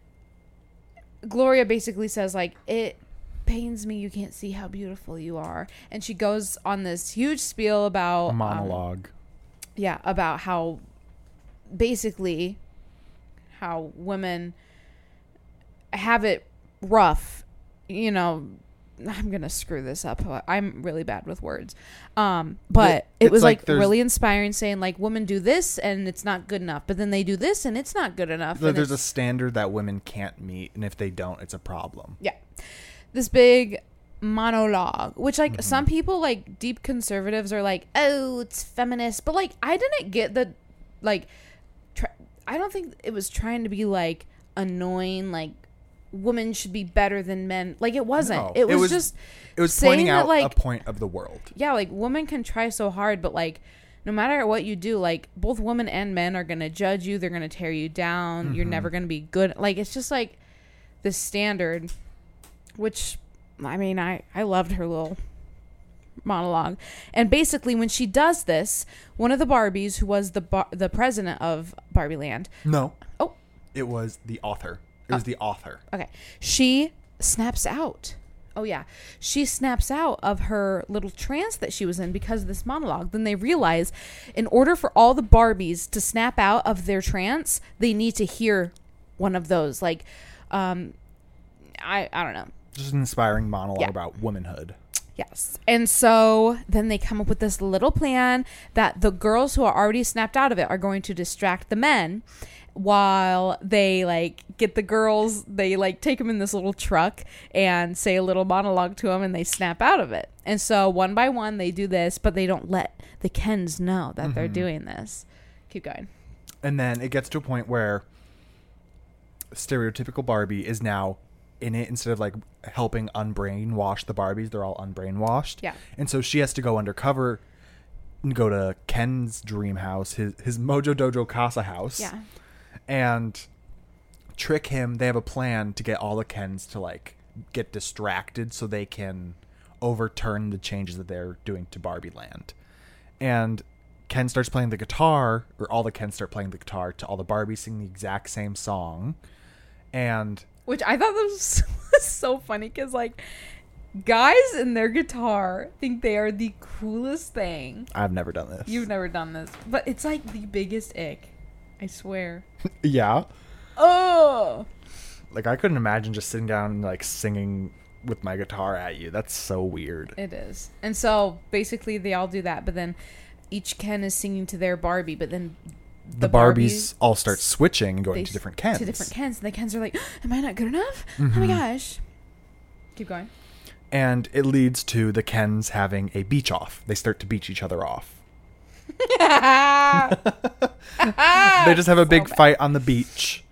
Speaker 2: Gloria basically says like it pains me you can't see how beautiful you are and she goes on this huge spiel about um,
Speaker 1: Monologue.
Speaker 2: yeah about how basically how women have it rough you know i'm gonna screw this up i'm really bad with words um but
Speaker 1: It-
Speaker 2: it was
Speaker 1: it's like
Speaker 2: like,
Speaker 1: there's-
Speaker 2: really inspiring saying like women do this and it's not good enough but then they do this and it's not good enough
Speaker 1: Th-
Speaker 2: and
Speaker 1: There's a
Speaker 2: it's-
Speaker 1: standard that women can't meet, and if they don't, it's a problem.
Speaker 2: yeah this big monologue which
Speaker 1: Mm-hmm.
Speaker 2: like some people like deep conservatives are like oh it's feminist but like i didn't get the like try- i don't think it was trying to be like annoying like women should be better than men like it wasn't
Speaker 1: No,
Speaker 2: it,
Speaker 1: it
Speaker 2: was
Speaker 1: was-
Speaker 2: just
Speaker 1: It was
Speaker 2: Saying
Speaker 1: pointing
Speaker 2: that,
Speaker 1: out
Speaker 2: like-
Speaker 1: a point of the world.
Speaker 2: yeah like women can try so hard but like no matter what you do like both women and men are gonna judge you they're gonna tear you down you're never gonna be good like it's just like the standard which i mean i i loved her little monologue and basically when she does this one of the barbies who was the bar- the president of barbie land
Speaker 1: No,
Speaker 2: oh
Speaker 1: it was the author. It
Speaker 2: Uh.
Speaker 1: was the author.
Speaker 2: Okay. She snaps out. Oh yeah. She snaps out of her little trance that she was in because of this monologue. Then they realize in order for all the Barbies to snap out of their trance, they need to hear one of those like um I I don't know.
Speaker 1: Just an inspiring monologue
Speaker 2: Yeah.
Speaker 1: about womanhood.
Speaker 2: Yes. And so then they come up with this little plan that the girls who are already snapped out of it are going to distract the men while they like get the girls, they like take them in this little truck and say a little monologue to them and they snap out of it. And so one by one they do this, but they don't let the Kens know that they're doing this. Keep going.
Speaker 1: And then it gets to a point where stereotypical Barbie is now in it instead of like helping unbrainwash the Barbies, they're all unbrainwashed.
Speaker 2: Yeah.
Speaker 1: And so she has to go undercover and go to Ken's dream house, his his Mojo Dojo Casa house.
Speaker 2: Yeah.
Speaker 1: And trick him. They have a plan to get all the Kens to like get distracted so they can overturn the changes that they're doing to Barbie Land. And Ken starts playing the guitar, or all the Kens start playing the guitar to all the Barbies singing the exact same song. And
Speaker 2: Which I thought was *laughs* was so funny because like guys and their guitar think they are the coolest thing.
Speaker 1: I've never done this.
Speaker 2: You've never done this, but it's like the biggest ick. I swear.
Speaker 1: yeah.
Speaker 2: Oh,
Speaker 1: Like I couldn't imagine just sitting down and like singing with my guitar at you. That's so weird.
Speaker 2: it is. And so basically, they all do that, but then each Ken is singing to their Barbie, but then
Speaker 1: The, Barbies, all start switching and
Speaker 2: they
Speaker 1: going to different Kens. Mm-hmm.
Speaker 2: To different Kens, and the Kens are like, *gasps* "Am I not good enough? Oh my gosh!" Keep going.
Speaker 1: and it leads to the Kens having a beach off. They start to beach each other
Speaker 2: *laughs*
Speaker 1: off. they just have a big fight on the beach.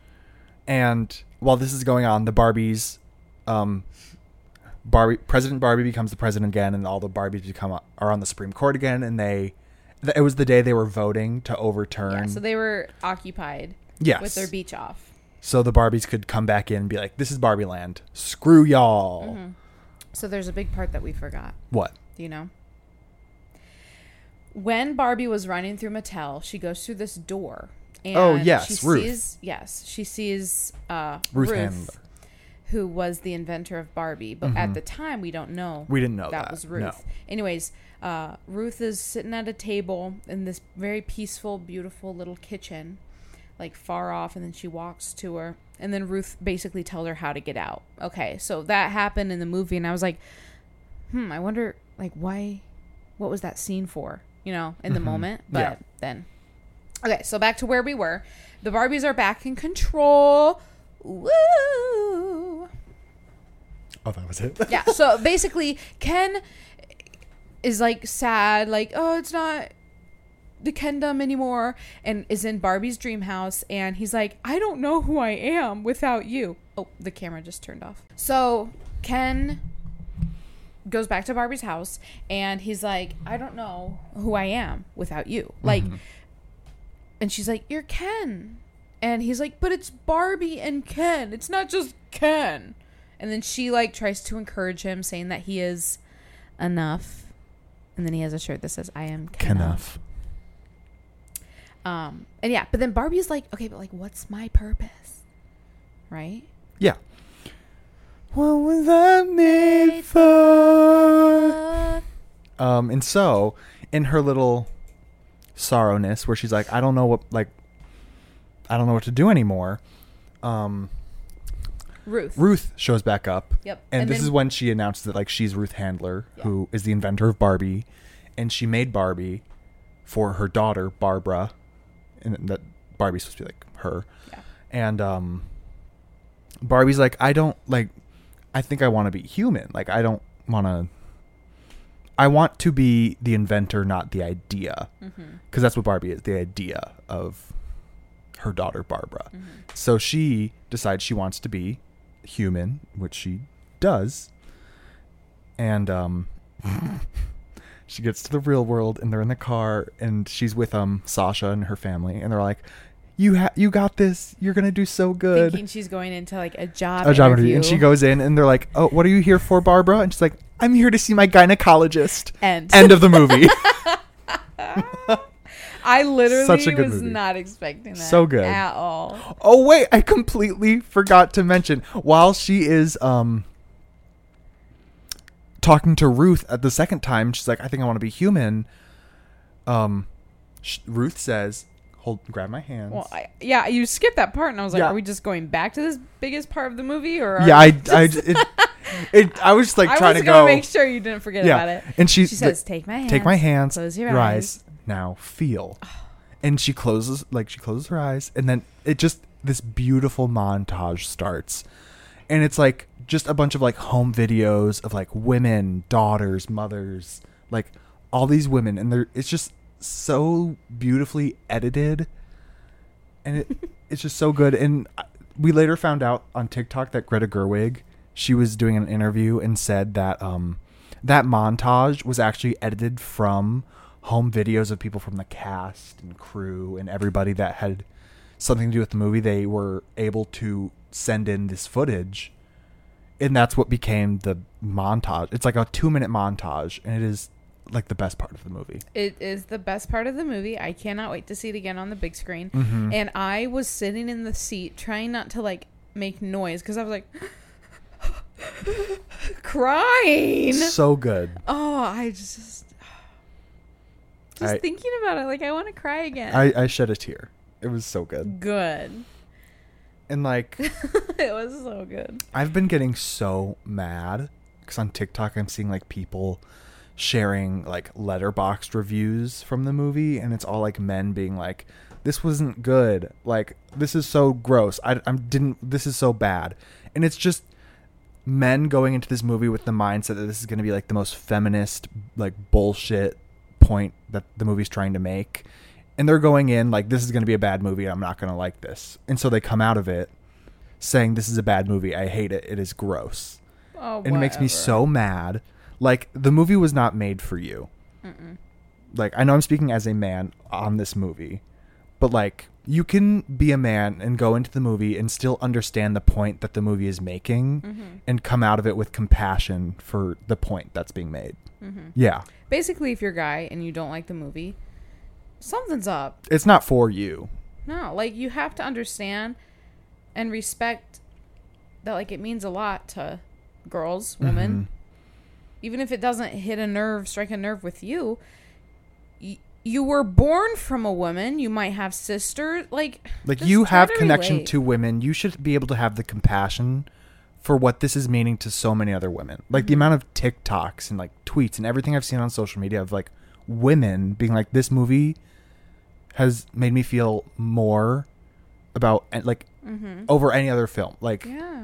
Speaker 1: And while this is going on, the Barbies, um, Barbie President Barbie becomes the president again, and all the Barbies become are on the Supreme Court again. And they, th- it was the day they were voting to overturn.
Speaker 2: Yeah, so they were occupied
Speaker 1: yes,
Speaker 2: with their beach off.
Speaker 1: so the Barbies could come back in and be like, "This is Barbie Land. Screw y'all."
Speaker 2: Mm-hmm. So there's a big part that we forgot.
Speaker 1: What?
Speaker 2: Do you know? When Barbie was running through Mattel, she goes through this door. And
Speaker 1: Oh, yes,
Speaker 2: she
Speaker 1: Ruth.
Speaker 2: sees yes, she sees uh,
Speaker 1: Ruth
Speaker 2: Ruth,
Speaker 1: Handler. Mm-hmm.
Speaker 2: who was the inventor of Barbie. But at the time, we don't know.
Speaker 1: We didn't know that,
Speaker 2: was Ruth.
Speaker 1: no.
Speaker 2: Anyways, uh, Ruth is sitting at a table in this very peaceful, beautiful little kitchen, like far off, and then she walks to her, and then Ruth basically tells her how to get out. Okay, so that happened in the movie, and I was like, hmm, I wonder, like, why, what was that scene for? You know, in the moment, but
Speaker 1: Yeah.
Speaker 2: then. Okay, so back to where we were. The Barbies are back in control. Woo!
Speaker 1: Oh, that was it.
Speaker 2: Yeah, so basically, Ken is like sad, like, oh, it's not the Kendom anymore, and is in Barbie's dream house, and he's like, I don't know who I am without you. Oh, the camera just turned off. So Ken goes back to Barbie's house, and he's like, I don't know who I am without you. Like, and she's like, You're Ken. And he's like, But it's Barbie and Ken. It's not just Ken. And then she like tries to encourage him, saying that he is enough. And then he has a shirt that says, I am Ken.
Speaker 1: Enough.
Speaker 4: Um,
Speaker 2: And yeah, but then Barbie's like, okay, but like, what's my purpose? Right?
Speaker 1: Yeah. What was I made for?
Speaker 2: Uh,
Speaker 1: Um, and so, in her little sorrowness, where she's like, I don't know what, like, I don't know what to do anymore. Um,
Speaker 2: Ruth.
Speaker 1: Ruth shows back up.
Speaker 2: Yep.
Speaker 1: And,
Speaker 2: And
Speaker 1: this
Speaker 2: then-
Speaker 1: is when she announced that like she's Ruth Handler,
Speaker 2: Yeah.
Speaker 1: who is the inventor of Barbie, and she made Barbie for her daughter Barbara, and that Barbie's supposed to be like her.
Speaker 2: Yeah.
Speaker 1: And um, Barbie's like, I don't like. I think I want to be human. Like I don't want to. I want to be the inventor, not the idea, because that's what Barbie is—the idea of her daughter Barbara. So she decides she wants to be human, which she does. And um *laughs* she gets to the real world and they're in the car and she's with um Sasha and her family and they're like you ha- you got this. You're going to do so good.
Speaker 2: Thinking she's going into like a job,
Speaker 1: a job interview.
Speaker 2: interview.
Speaker 1: And she goes in and they're like, "Oh, what are you here for, Barbara?" And she's like, "I'm here to see my gynecologist."
Speaker 2: End.
Speaker 1: End of the
Speaker 2: *laughs*
Speaker 1: movie.
Speaker 2: I literally
Speaker 1: Such a good
Speaker 2: was
Speaker 1: movie.
Speaker 2: not expecting that.
Speaker 1: So good.
Speaker 2: At all.
Speaker 1: Oh wait, I completely forgot to mention while she is um talking to Ruth at the second time, she's like, "I think I want to be human." Um, sh- Ruth says, "Hold, grab my hands."
Speaker 2: Well, I, yeah, you skipped that part, and I was like,
Speaker 1: Yeah.
Speaker 2: are we just going back to this biggest part of the movie? or
Speaker 1: yeah,
Speaker 2: are *laughs* we
Speaker 1: I,
Speaker 2: just-
Speaker 1: I, it, it, I was just like
Speaker 2: I
Speaker 1: trying
Speaker 2: was
Speaker 1: to go.
Speaker 2: make sure you didn't forget
Speaker 1: yeah,
Speaker 2: about it.
Speaker 1: and she,
Speaker 2: She says, "Take my hand.
Speaker 1: "Take my hands,
Speaker 2: Close your eyes."
Speaker 1: now, feel." And she closes, like she closes her eyes, and then it just this beautiful montage starts, and it's like just a bunch of like home videos of like women, daughters, mothers, like all these women, and they're it's just so beautifully edited, and it it's just so good. And I- we later found out on TikTok that Greta Gerwig she was doing an interview and said that um that montage was actually edited from home videos of people from the cast and crew and everybody that had something to do with the movie. They were able to send in this footage, and that's what became the montage. It's like a two minute montage, and it is like the best part of the movie.
Speaker 2: It is the best part of the movie. I cannot wait to see it again on the big screen.
Speaker 1: Mm-hmm.
Speaker 2: And I was sitting in the seat trying not to like make noise because I was like *gasps* crying.
Speaker 1: So good.
Speaker 2: Oh, I just *sighs* just
Speaker 1: I-
Speaker 2: thinking about it, like I want to cry again.
Speaker 1: I, I shed a tear. It was so good.
Speaker 2: good. *laughs*
Speaker 1: And like
Speaker 2: it was so good.
Speaker 1: I've been getting so mad because on TikTok I'm seeing like people sharing like letterboxed reviews from the movie, and it's all like men being like, "This wasn't good. Like this is so gross. I, I didn't. This is so bad." And it's just men going into this movie with the mindset that this is going to be like the most feminist like bullshit point that the movie's trying to make and they're going in like this is going to be a bad movie and i'm not going to like this and so they come out of it saying this is a bad movie i hate it it is gross
Speaker 2: Oh,
Speaker 1: and it makes me
Speaker 2: whatever.
Speaker 1: so mad like the movie was not made for you like i know i'm speaking as a man on this movie but like you can be a man and go into the movie and still understand the point that the movie is making and come out of it with compassion for the point that's being made yeah
Speaker 2: Basically, if you're a guy and you don't like the movie, something's up.
Speaker 1: it's not for you
Speaker 2: No, like you have to understand and respect that like it means a lot to girls,
Speaker 1: Mm-hmm.
Speaker 2: women. Even if it doesn't hit a nerve, strike a nerve with you, y- you were born from a woman. You might have sisters. Like,
Speaker 1: like
Speaker 2: just
Speaker 1: you
Speaker 2: try
Speaker 1: have
Speaker 2: to
Speaker 1: connection
Speaker 2: relate.
Speaker 1: to women you should be able to have the compassion for what this is meaning to so many other women like
Speaker 2: Mm-hmm.
Speaker 1: the amount of tiktoks and like tweets and everything i've seen on social media of like women being like this movie has made me feel more about and, like over any other film like
Speaker 2: Mm-hmm. Yeah.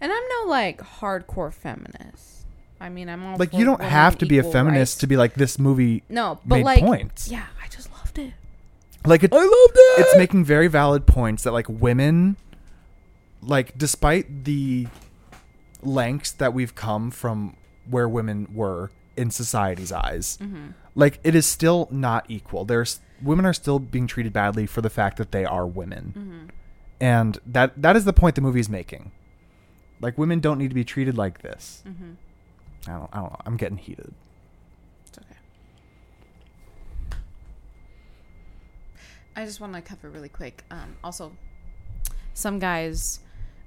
Speaker 2: And I'm no like hardcore feminist. I mean, I'm all
Speaker 1: like
Speaker 2: for
Speaker 1: you don't
Speaker 2: women
Speaker 1: have to be a
Speaker 2: equal
Speaker 1: feminist
Speaker 2: rights.
Speaker 1: to be like this movie
Speaker 2: no, but
Speaker 1: made
Speaker 2: like
Speaker 1: points.
Speaker 2: yeah, I just loved it.
Speaker 1: like it,
Speaker 2: I loved it.
Speaker 1: it's making very valid points that like women like despite the lengths that we've come from where women were in society's eyes
Speaker 2: Mm-hmm.
Speaker 1: like it is still not equal there's women are still being treated badly for the fact that they are women
Speaker 2: Mm-hmm.
Speaker 1: and that that is the point the movie is making like women don't need to be treated like this
Speaker 2: Mm-hmm.
Speaker 1: i don't i don't know i'm getting heated
Speaker 2: It's okay. I just want to cover really quick. Um, also, some guys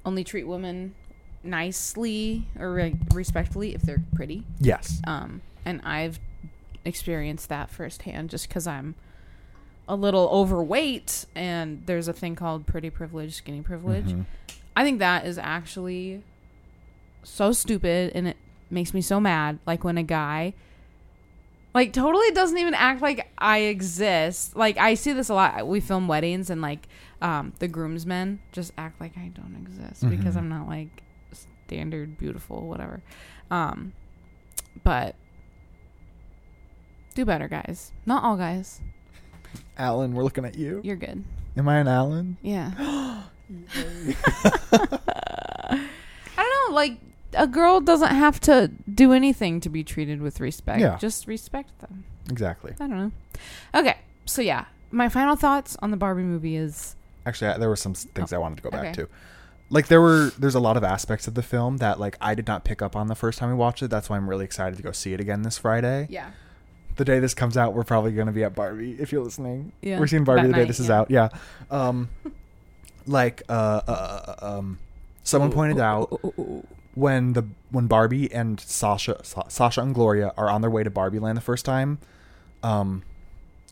Speaker 2: only treat women nicely or re- respectfully if they're pretty.
Speaker 1: Yes.
Speaker 2: Um, and I've experienced that firsthand just because I'm a little overweight and there's a thing called pretty privilege, skinny privilege.
Speaker 1: Mhm.
Speaker 2: I think that is actually so stupid and it makes me so mad. Like when a guy like totally doesn't even act like I exist. Like I see this a lot. We film weddings and like um the groomsmen just act like I don't exist because
Speaker 1: Mhm.
Speaker 2: I'm not like standard beautiful whatever. Um but do better guys. Not all guys.
Speaker 1: Alan, we're looking at you.
Speaker 2: You're good.
Speaker 1: Am I an Alan?
Speaker 2: *gasps* Yeah. *laughs* I don't know. Like a girl doesn't have to do anything to be treated with respect.
Speaker 1: Yeah.
Speaker 2: Just respect them.
Speaker 1: Exactly.
Speaker 2: I don't know. Okay. So yeah, my final thoughts on the Barbie movie is
Speaker 1: Actually, I, there were some s- things I wanted to go back
Speaker 2: okay.
Speaker 1: to. Like there were, there's a lot of aspects of the film that like I did not pick up on the first time we watched it. That's why I'm really excited to go see it again this Friday.
Speaker 2: yeah.
Speaker 1: The day this comes out, we're probably going to be at Barbie. If you're listening,
Speaker 2: Yeah.
Speaker 1: we're seeing Barbie
Speaker 2: That
Speaker 1: the day
Speaker 2: night,
Speaker 1: this is
Speaker 2: yeah.
Speaker 1: out. Yeah. Um, like uh, uh, uh, um, someone pointed out when the when Barbie and Sasha Sa- Sasha and Gloria are on their way to Barbie Land the first time, um,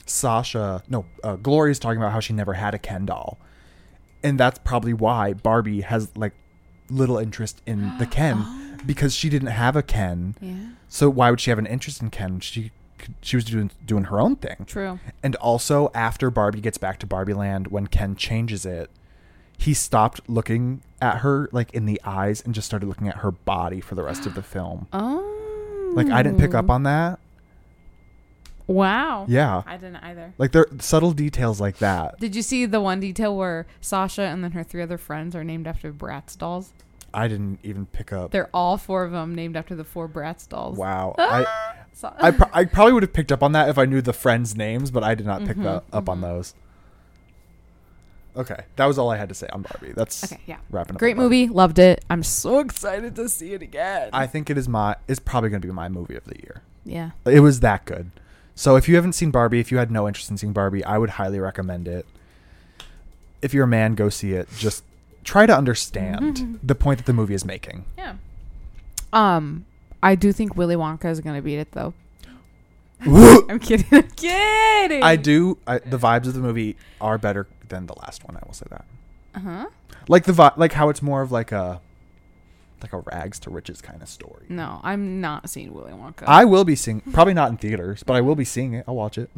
Speaker 1: Sasha no uh, Gloria's talking about how she never had a Ken doll, and that's probably why Barbie has like little interest in the
Speaker 2: *gasps*
Speaker 1: Ken because she didn't have a Ken.
Speaker 2: Oh. Yeah.
Speaker 1: So why would she have an interest in Ken? She could- she was doing doing her own thing.
Speaker 2: True.
Speaker 1: And also, after Barbie gets back to Barbie Land, when Ken changes it, he stopped looking at her like in the eyes and just started looking at her body for the rest
Speaker 2: *gasps*
Speaker 1: of the film.
Speaker 2: Oh.
Speaker 1: Like I didn't pick up on that.
Speaker 2: Wow.
Speaker 1: Yeah,
Speaker 2: I didn't either.
Speaker 1: like there subtle details like that.
Speaker 2: Did you see the one detail where Sasha and then her three other friends are named after Bratz dolls?
Speaker 1: I didn't even pick up.
Speaker 2: They're all four of them named after the four Bratz dolls. *laughs*
Speaker 1: Wow, I
Speaker 2: So-
Speaker 1: I, pro- I probably would have picked up on that if I knew the friends' names, but I did not pick
Speaker 2: Mm-hmm,
Speaker 1: that up on those. Okay, that was all I had to say on Barbie. That's
Speaker 2: Okay, yeah.
Speaker 1: wrapping up.
Speaker 2: Great
Speaker 1: on Barbie.
Speaker 2: movie. Loved it. I'm so excited to see it again.
Speaker 1: I think it is my. It's probably going to be my movie of the year.
Speaker 2: yeah.
Speaker 1: It was that good. So if you haven't seen Barbie, if you had no interest in seeing Barbie, I would highly recommend it. If you're a man, go see it. Just try to
Speaker 2: Mm-hmm.
Speaker 1: understand the point that the movie is
Speaker 2: *laughs*
Speaker 1: making.
Speaker 2: Yeah. Um, I do think Willy Wonka is gonna beat it though. *laughs* I'm kidding. I'm kidding.
Speaker 1: I do. I, the vibes of the movie are better than the last one. I will say that.
Speaker 2: Uh huh.
Speaker 1: Like the vi- like how it's more of like a like a rags to riches kind of story.
Speaker 2: No, I'm not seeing Willy Wonka.
Speaker 1: I will be seeing probably not in theaters, but I will be seeing it. I'll watch it.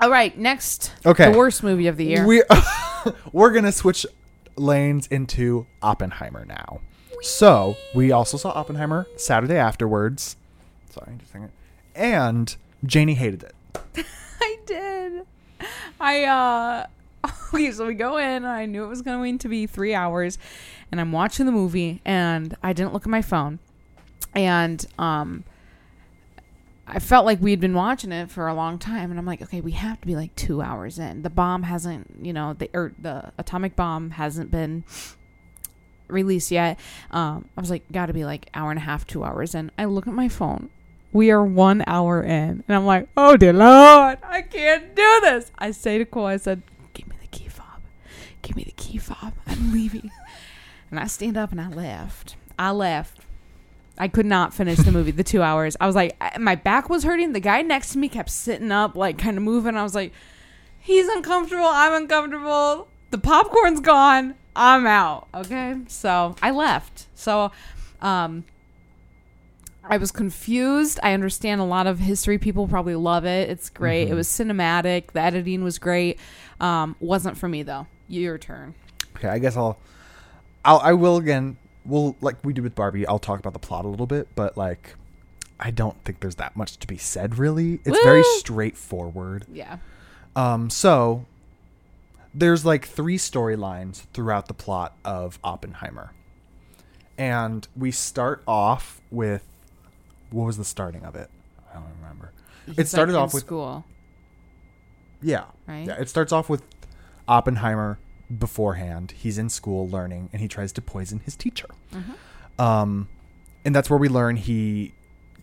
Speaker 2: All right. Next.
Speaker 1: Okay.
Speaker 2: The worst movie of the
Speaker 1: *laughs*
Speaker 2: year.
Speaker 1: We we're gonna switch lanes into Oppenheimer now. So we also saw Oppenheimer Saturday afterwards. Sorry, just a second. And Janie hated it.
Speaker 2: *laughs* I did. I uh *laughs* okay, so we go in and I knew it was going to be three hours and I'm watching the movie and I didn't look at my phone. And um I felt like we'd been watching it for a long time and I'm like, okay, we have to be like two hours in. The bomb hasn't, you know, the or the atomic bomb hasn't been released yet. Um, I was like, gotta be like hour and a half, two hours in. I look at my phone. We are one hour in. And I'm like, oh dear Lord, I can't do this. I say to Cole, I said, give me the key fob. Give me the key fob. I'm leaving. and I stand up and I left. I left. I could not finish the movie, the two hours. I was like, I- my back was hurting. The guy next to me kept sitting up, like kind of moving. I was like, he's uncomfortable. I'm uncomfortable. The popcorn's gone. I'm out. Okay. So I left. So, um, I was confused. I understand a lot of history people probably love it. It's great.
Speaker 1: Mm-hmm.
Speaker 2: It was cinematic. The editing was great. Um, wasn't for me though. Your turn.
Speaker 1: Okay, I guess I'll I'll I will again we'll like we do with Barbie, I'll talk about the plot a little bit, but like I don't think there's that much to be said really. It's very
Speaker 2: Woo!
Speaker 1: straightforward.
Speaker 2: Yeah.
Speaker 1: Um, so there's like three storylines throughout the plot of Oppenheimer. And we start off with what was the starting of it? I don't remember. it
Speaker 2: He's,
Speaker 1: started
Speaker 2: like, in
Speaker 1: off with
Speaker 2: school.
Speaker 1: yeah.
Speaker 2: right?
Speaker 1: Yeah, it starts off with Oppenheimer beforehand. He's in school learning and he tries to poison his teacher. Um and that's where we learn he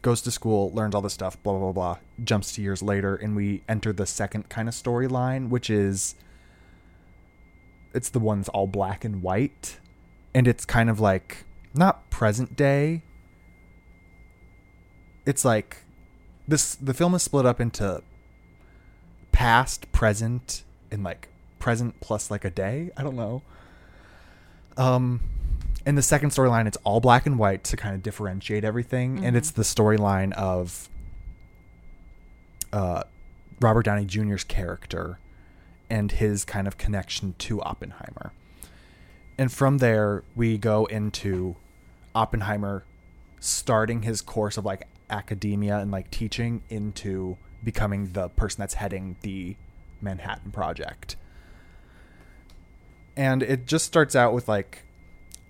Speaker 1: goes to school, learns all this stuff, blah, blah, blah, blah. Jumps to years later, and we enter the second kind of storyline, which is it's the one that's all black and white. And it's kind of like not present day. It's like this the film is split up into past, present, and like present plus like a day. I don't know. Um, in the second storyline, it's all black and white to kind of differentiate everything, and it's the storyline of uh, Robert Downey Jr.'s character and his kind of connection to Oppenheimer. And from there, we go into Oppenheimer starting his course of like academia and like teaching into becoming the person that's heading the Manhattan Project and it just starts out with like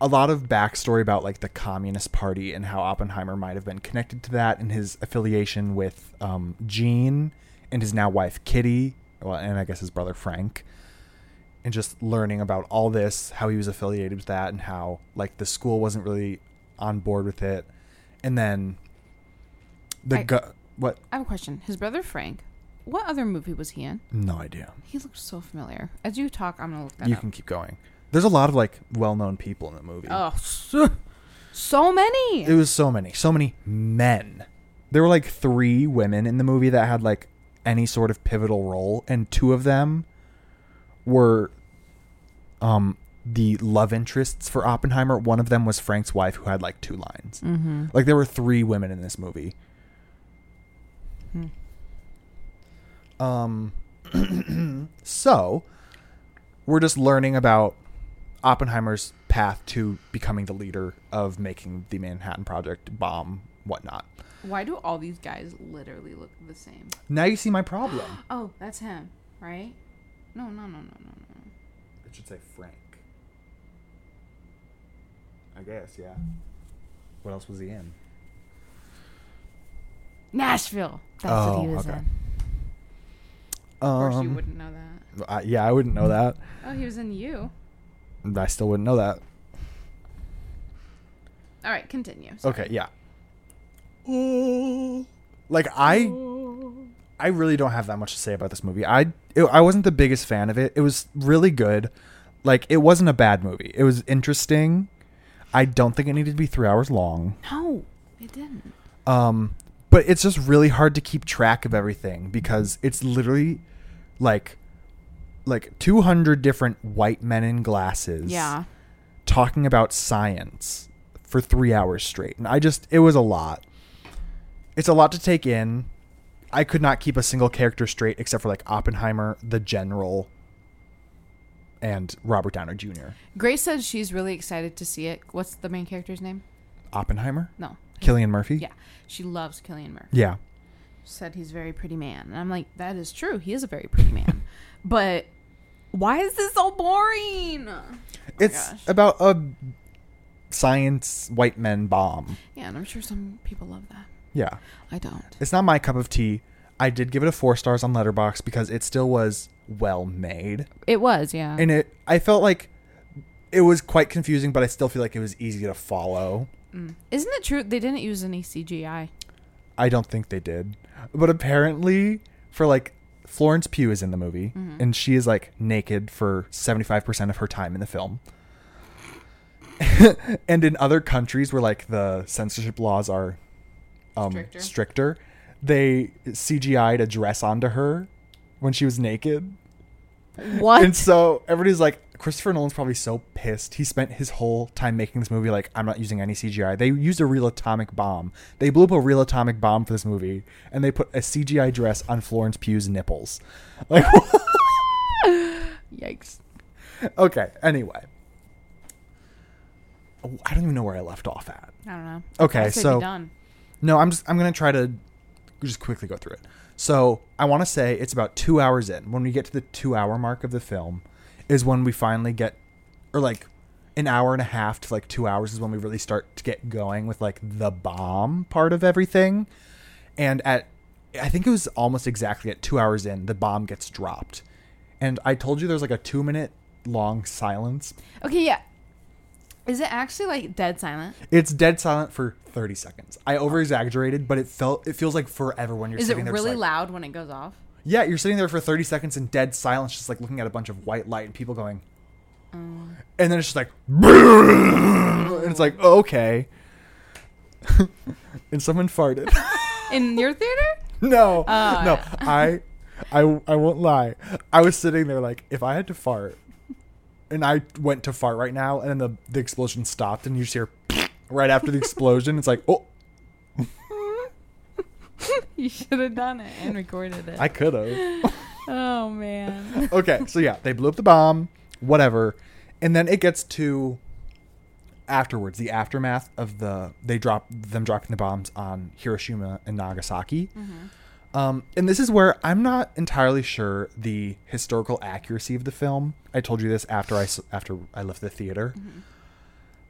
Speaker 1: a lot of backstory about like the Communist Party and how Oppenheimer might have been connected to that and his affiliation with um, Gene and his now wife Kitty, well, and I guess his brother Frank, and just learning about all this, how he was affiliated with that, and how like the school wasn't really on board with it, and then the
Speaker 4: I-
Speaker 1: gu- what?
Speaker 4: I have a question. His brother Frank, what other movie was he in?
Speaker 1: No idea.
Speaker 4: He looked so familiar. As you talk, I'm gonna look that
Speaker 1: Mm. You
Speaker 4: up.
Speaker 1: can keep going. There's a lot of like well-known people in the movie.
Speaker 4: Oh, so, so many.
Speaker 1: It was so many, so many men. There were like three women in the movie that had like any sort of pivotal role, and two of them were um the love interests for Oppenheimer. One of them was Frank's wife, who had like two lines.
Speaker 4: mm-hmm.
Speaker 1: Like there were three women in this movie.
Speaker 4: Hmm.
Speaker 1: Um, *clears throat* so we're just learning about Oppenheimer's path to becoming the leader of making the Manhattan Project bomb whatnot.
Speaker 4: Why do all these guys literally look the same?
Speaker 1: Now you see my problem.
Speaker 4: Oh, that's him, right? No, no, no, no, no, no.
Speaker 1: *gasps* it should say Frank. I guess, yeah. What else was he in?
Speaker 4: Nashville. That's what he
Speaker 1: Oh,
Speaker 4: was
Speaker 1: okay. Um,
Speaker 4: in. Of course, you wouldn't know that.
Speaker 1: I, Uh, yeah, I wouldn't know that.
Speaker 4: Oh, he was in you.
Speaker 1: I still wouldn't know that.
Speaker 4: All right, continue. Sorry.
Speaker 1: Okay, yeah. Like I I really don't have that much to say about this movie. I it, I wasn't the biggest fan of it. It was really good. Like it wasn't a bad movie. It was interesting. I don't think it needed to be 3 hours long.
Speaker 4: No, it didn't.
Speaker 1: Um, but it's just really hard to keep track of everything because it's literally like like 200 different white men in glasses
Speaker 4: Yeah.
Speaker 1: talking about science for 3 hours straight. And I just it was a lot. It's a lot to take in. I could not keep a single character straight except for like Oppenheimer, the general and Robert Downer Jr.
Speaker 4: Grace says she's really excited to see it. What's the main character's name?
Speaker 1: Oppenheimer?
Speaker 4: No.
Speaker 1: Killian Murphy?
Speaker 4: Yeah. She loves Killian Murphy.
Speaker 1: Yeah.
Speaker 4: Said he's a very pretty man. And I'm like, that is true. He is a very pretty
Speaker 1: *laughs*
Speaker 4: man. but why is this so boring?
Speaker 1: it's
Speaker 4: Oh gosh.
Speaker 1: about a science white men bomb.
Speaker 4: Yeah, and I'm sure some people love that.
Speaker 1: Yeah.
Speaker 4: I don't.
Speaker 1: It's not my cup of tea. I did give it a 4 stars on Letterbox because it still was well made.
Speaker 4: It was, yeah.
Speaker 1: And it I felt like it was quite confusing, but I still feel like it was easy to follow.
Speaker 4: Mm. Isn't it true they didn't use any CGI?
Speaker 1: I don't think they did. But apparently, for like Florence Pugh is in the movie, and she is like naked for seventy five percent of her time in the film. *laughs* and in other countries where like the censorship laws are um,
Speaker 4: Stricter.
Speaker 1: stricter. they CGI'd a dress onto her when she was naked.
Speaker 4: What?
Speaker 1: And so everybody's like, Christopher Nolan's probably so pissed. He spent his whole time making this movie like, I'm not using any CGI. They used a real atomic bomb. They blew up a real atomic bomb for this movie, and they put a CGI dress on Florence Pugh's nipples. *laughs* Like,
Speaker 4: *laughs* Yikes.
Speaker 1: okay, anyway. Oh, I don't even know where I left off at.
Speaker 4: I don't know.
Speaker 1: Okay,
Speaker 4: I said be
Speaker 1: so-
Speaker 4: done.
Speaker 1: No, I'm just I'm gonna try to just quickly go through it. So I want to say it's about two hours in. When we get to the two hour mark of the film, is when we finally get, or like an hour and a half to like two hours is when we really start to get going with like the bomb part of everything. And at I think it was almost exactly at two hours in, the bomb gets dropped. And I told you there's like a two minute long silence
Speaker 4: Okay, yeah. Is it actually like dead silent?
Speaker 1: It's dead silent for 30 seconds. I over exaggerated, but it felt it feels like forever when you're
Speaker 4: Is it
Speaker 1: sitting there. just
Speaker 4: really
Speaker 1: like-
Speaker 4: loud when it goes off?
Speaker 1: Yeah, you're sitting there for 30 seconds in dead silence, just like looking at a bunch of white light and people going. And then it's just like. And it's like, okay. *laughs* and someone farted. *laughs*
Speaker 4: In your theater?
Speaker 1: no. no. I, I, I won't lie. I was sitting there like, if I had to fart, and I went to fart right now, and then the, the explosion stopped, and you just hear *laughs* right after the explosion, it's like, oh,
Speaker 4: you should have done it and recorded it.
Speaker 1: I could have.
Speaker 4: oh man.
Speaker 1: okay, so yeah, they blew up the bomb, whatever, and then it gets to afterwards, the aftermath of the they drop them dropping the bombs on Hiroshima and Nagasaki. Um, and this is where I'm not entirely sure the historical accuracy of the film. I told you this after I s- after I left the theater.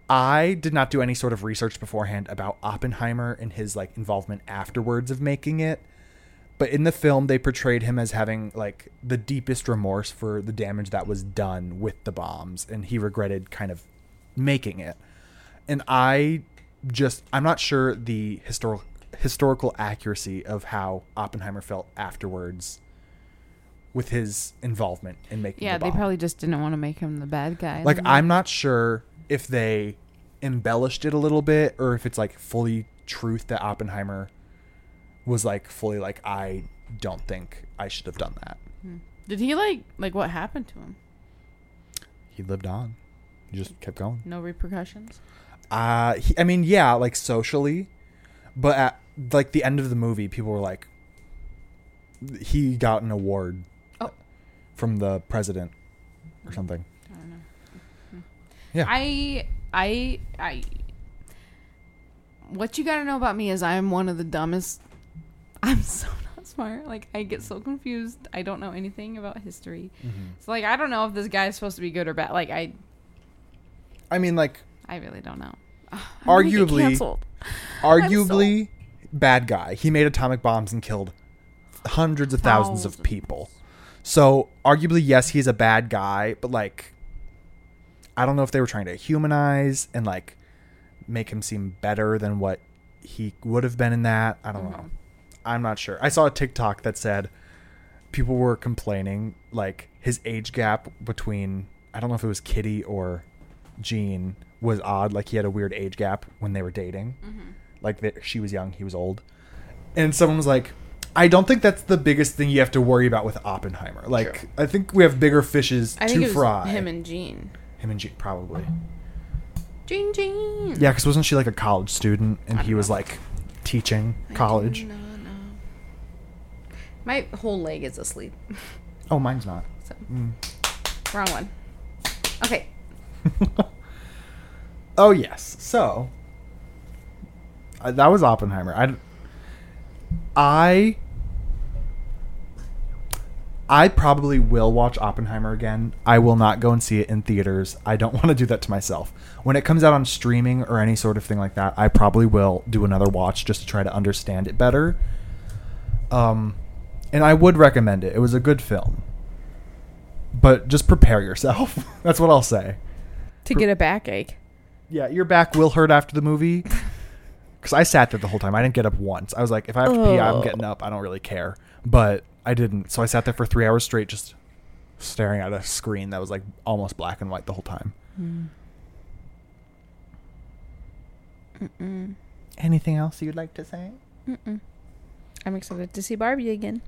Speaker 1: I did not do any sort of research beforehand about Oppenheimer and his like involvement afterwards of making it but in the film they portrayed him as having like the deepest remorse for the damage that was done with the bombs and he regretted kind of making it and i just i'm not sure the historical historical accuracy of how oppenheimer felt afterwards with his involvement in making
Speaker 4: Yeah,
Speaker 1: the
Speaker 4: they
Speaker 1: bomb.
Speaker 4: probably just didn't want to make him the bad guy.
Speaker 1: Like I'm not sure if they embellished it a little bit or if it's like fully truth that Oppenheimer was like fully like I don't think I should have done that.
Speaker 4: Did he like like what happened to him?
Speaker 1: He lived on. He just kept going.
Speaker 4: No repercussions?
Speaker 1: Uh he, I mean yeah, like socially, but at like the end of the movie people were like he got an award
Speaker 4: Oh.
Speaker 1: from the president or something.
Speaker 4: I don't know. Hmm.
Speaker 1: Yeah.
Speaker 4: I I I what you gotta know about me is I'm one of the dumbest *laughs* I'm so not smart. Like I get so confused. I don't know anything about history.
Speaker 1: Mm-hmm.
Speaker 4: So like I don't know if this guy is supposed to be good or bad. Like I
Speaker 1: I mean like
Speaker 4: I really don't know. *sighs* I'm gonna get
Speaker 1: arguably
Speaker 4: canceled.
Speaker 1: *laughs* arguably bad guy. He made atomic bombs and killed hundreds of thousands, of
Speaker 4: Thousands.
Speaker 1: people. So arguably, yes, he's a bad guy, but like, I don't know if they were trying to humanize and like make him seem better than what he would have been in that. I don't know. I'm not sure. I saw a TikTok that said people were complaining like his age gap between I don't know if it was Kitty or Gene was odd. Like he had a weird age gap when they were dating.
Speaker 2: Mm-hmm.
Speaker 1: Like that she was young, he was old. And someone was like, "I don't think that's the biggest thing you have to worry about with Oppenheimer. Like I think we have bigger fishes
Speaker 2: I
Speaker 1: to
Speaker 2: think it was
Speaker 1: fry."
Speaker 2: him and Gene.
Speaker 1: him and Gene probably.
Speaker 2: Gene, Gene.
Speaker 1: Yeah, because wasn't she like a college student and he was like teaching college?
Speaker 2: No, no. My whole leg is asleep. *laughs*
Speaker 1: Oh, mine's not.
Speaker 2: Wrong one. Okay.
Speaker 1: *laughs* Oh yes. So uh, that was Oppenheimer. I I I probably will watch Oppenheimer again. I will not go and see it in theaters. I don't *laughs* want to do that to myself. When it comes out on streaming or any sort of thing like that, I probably will do another watch just to try to understand it better. Um and I would recommend it. It was a good film. But just prepare yourself. *laughs* That's what I'll say
Speaker 2: To get a backache.
Speaker 1: yeah, your back will hurt after the movie. Because I sat there the whole time. I didn't get up once. I was like, if I have to pee, I'm getting up. I don't really care. But I didn't. So I sat there for three hours straight, just staring at a screen that was like almost black and white the whole time. Anything else you'd like to say?
Speaker 2: I'm excited to see Barbie again.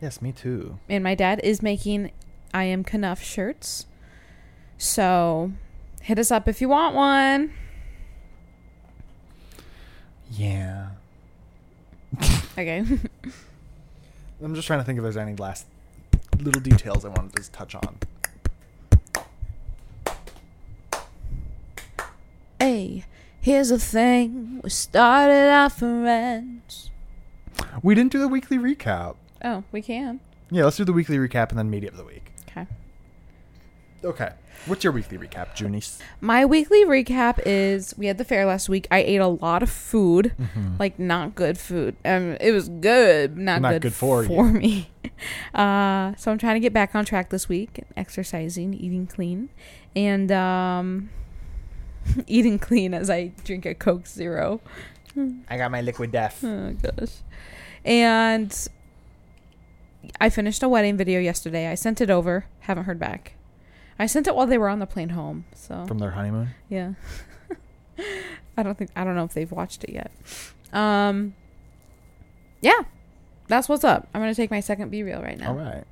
Speaker 1: Yes, me too.
Speaker 2: And my dad is making I am Knuff shirts. So hit us up if you want one.
Speaker 1: Yeah. *laughs*
Speaker 2: Okay. *laughs*
Speaker 1: I'm just trying to think if there's any last little details I wanted to touch on.
Speaker 3: Hey, here's the thing. We started out friends.
Speaker 1: We didn't do the weekly recap.
Speaker 2: oh, we can.
Speaker 1: Yeah, let's do the weekly recap and then media of the week.
Speaker 2: Okay.
Speaker 1: Okay. What's your weekly recap, Junies?
Speaker 2: My weekly recap is we had the fair last week. I ate a lot of food, like not good food. Um, it was good, not,
Speaker 1: Mm-hmm. Not
Speaker 2: good,
Speaker 1: good for
Speaker 2: for,
Speaker 1: you.
Speaker 2: me. *laughs* Uh, so I'm trying to get back on track this week, exercising, eating clean, and um, *laughs* eating clean as I drink a Coke Zero.
Speaker 1: I got my liquid death.
Speaker 2: Oh gosh. And I finished a wedding video yesterday. I sent it over. Haven't heard back. I sent it while they were on the plane home. So
Speaker 1: From their honeymoon?
Speaker 2: yeah. *laughs* I don't think I don't know if they've watched it yet. Um Yeah. That's what's up. I'm gonna take my second B reel right now.
Speaker 1: All right.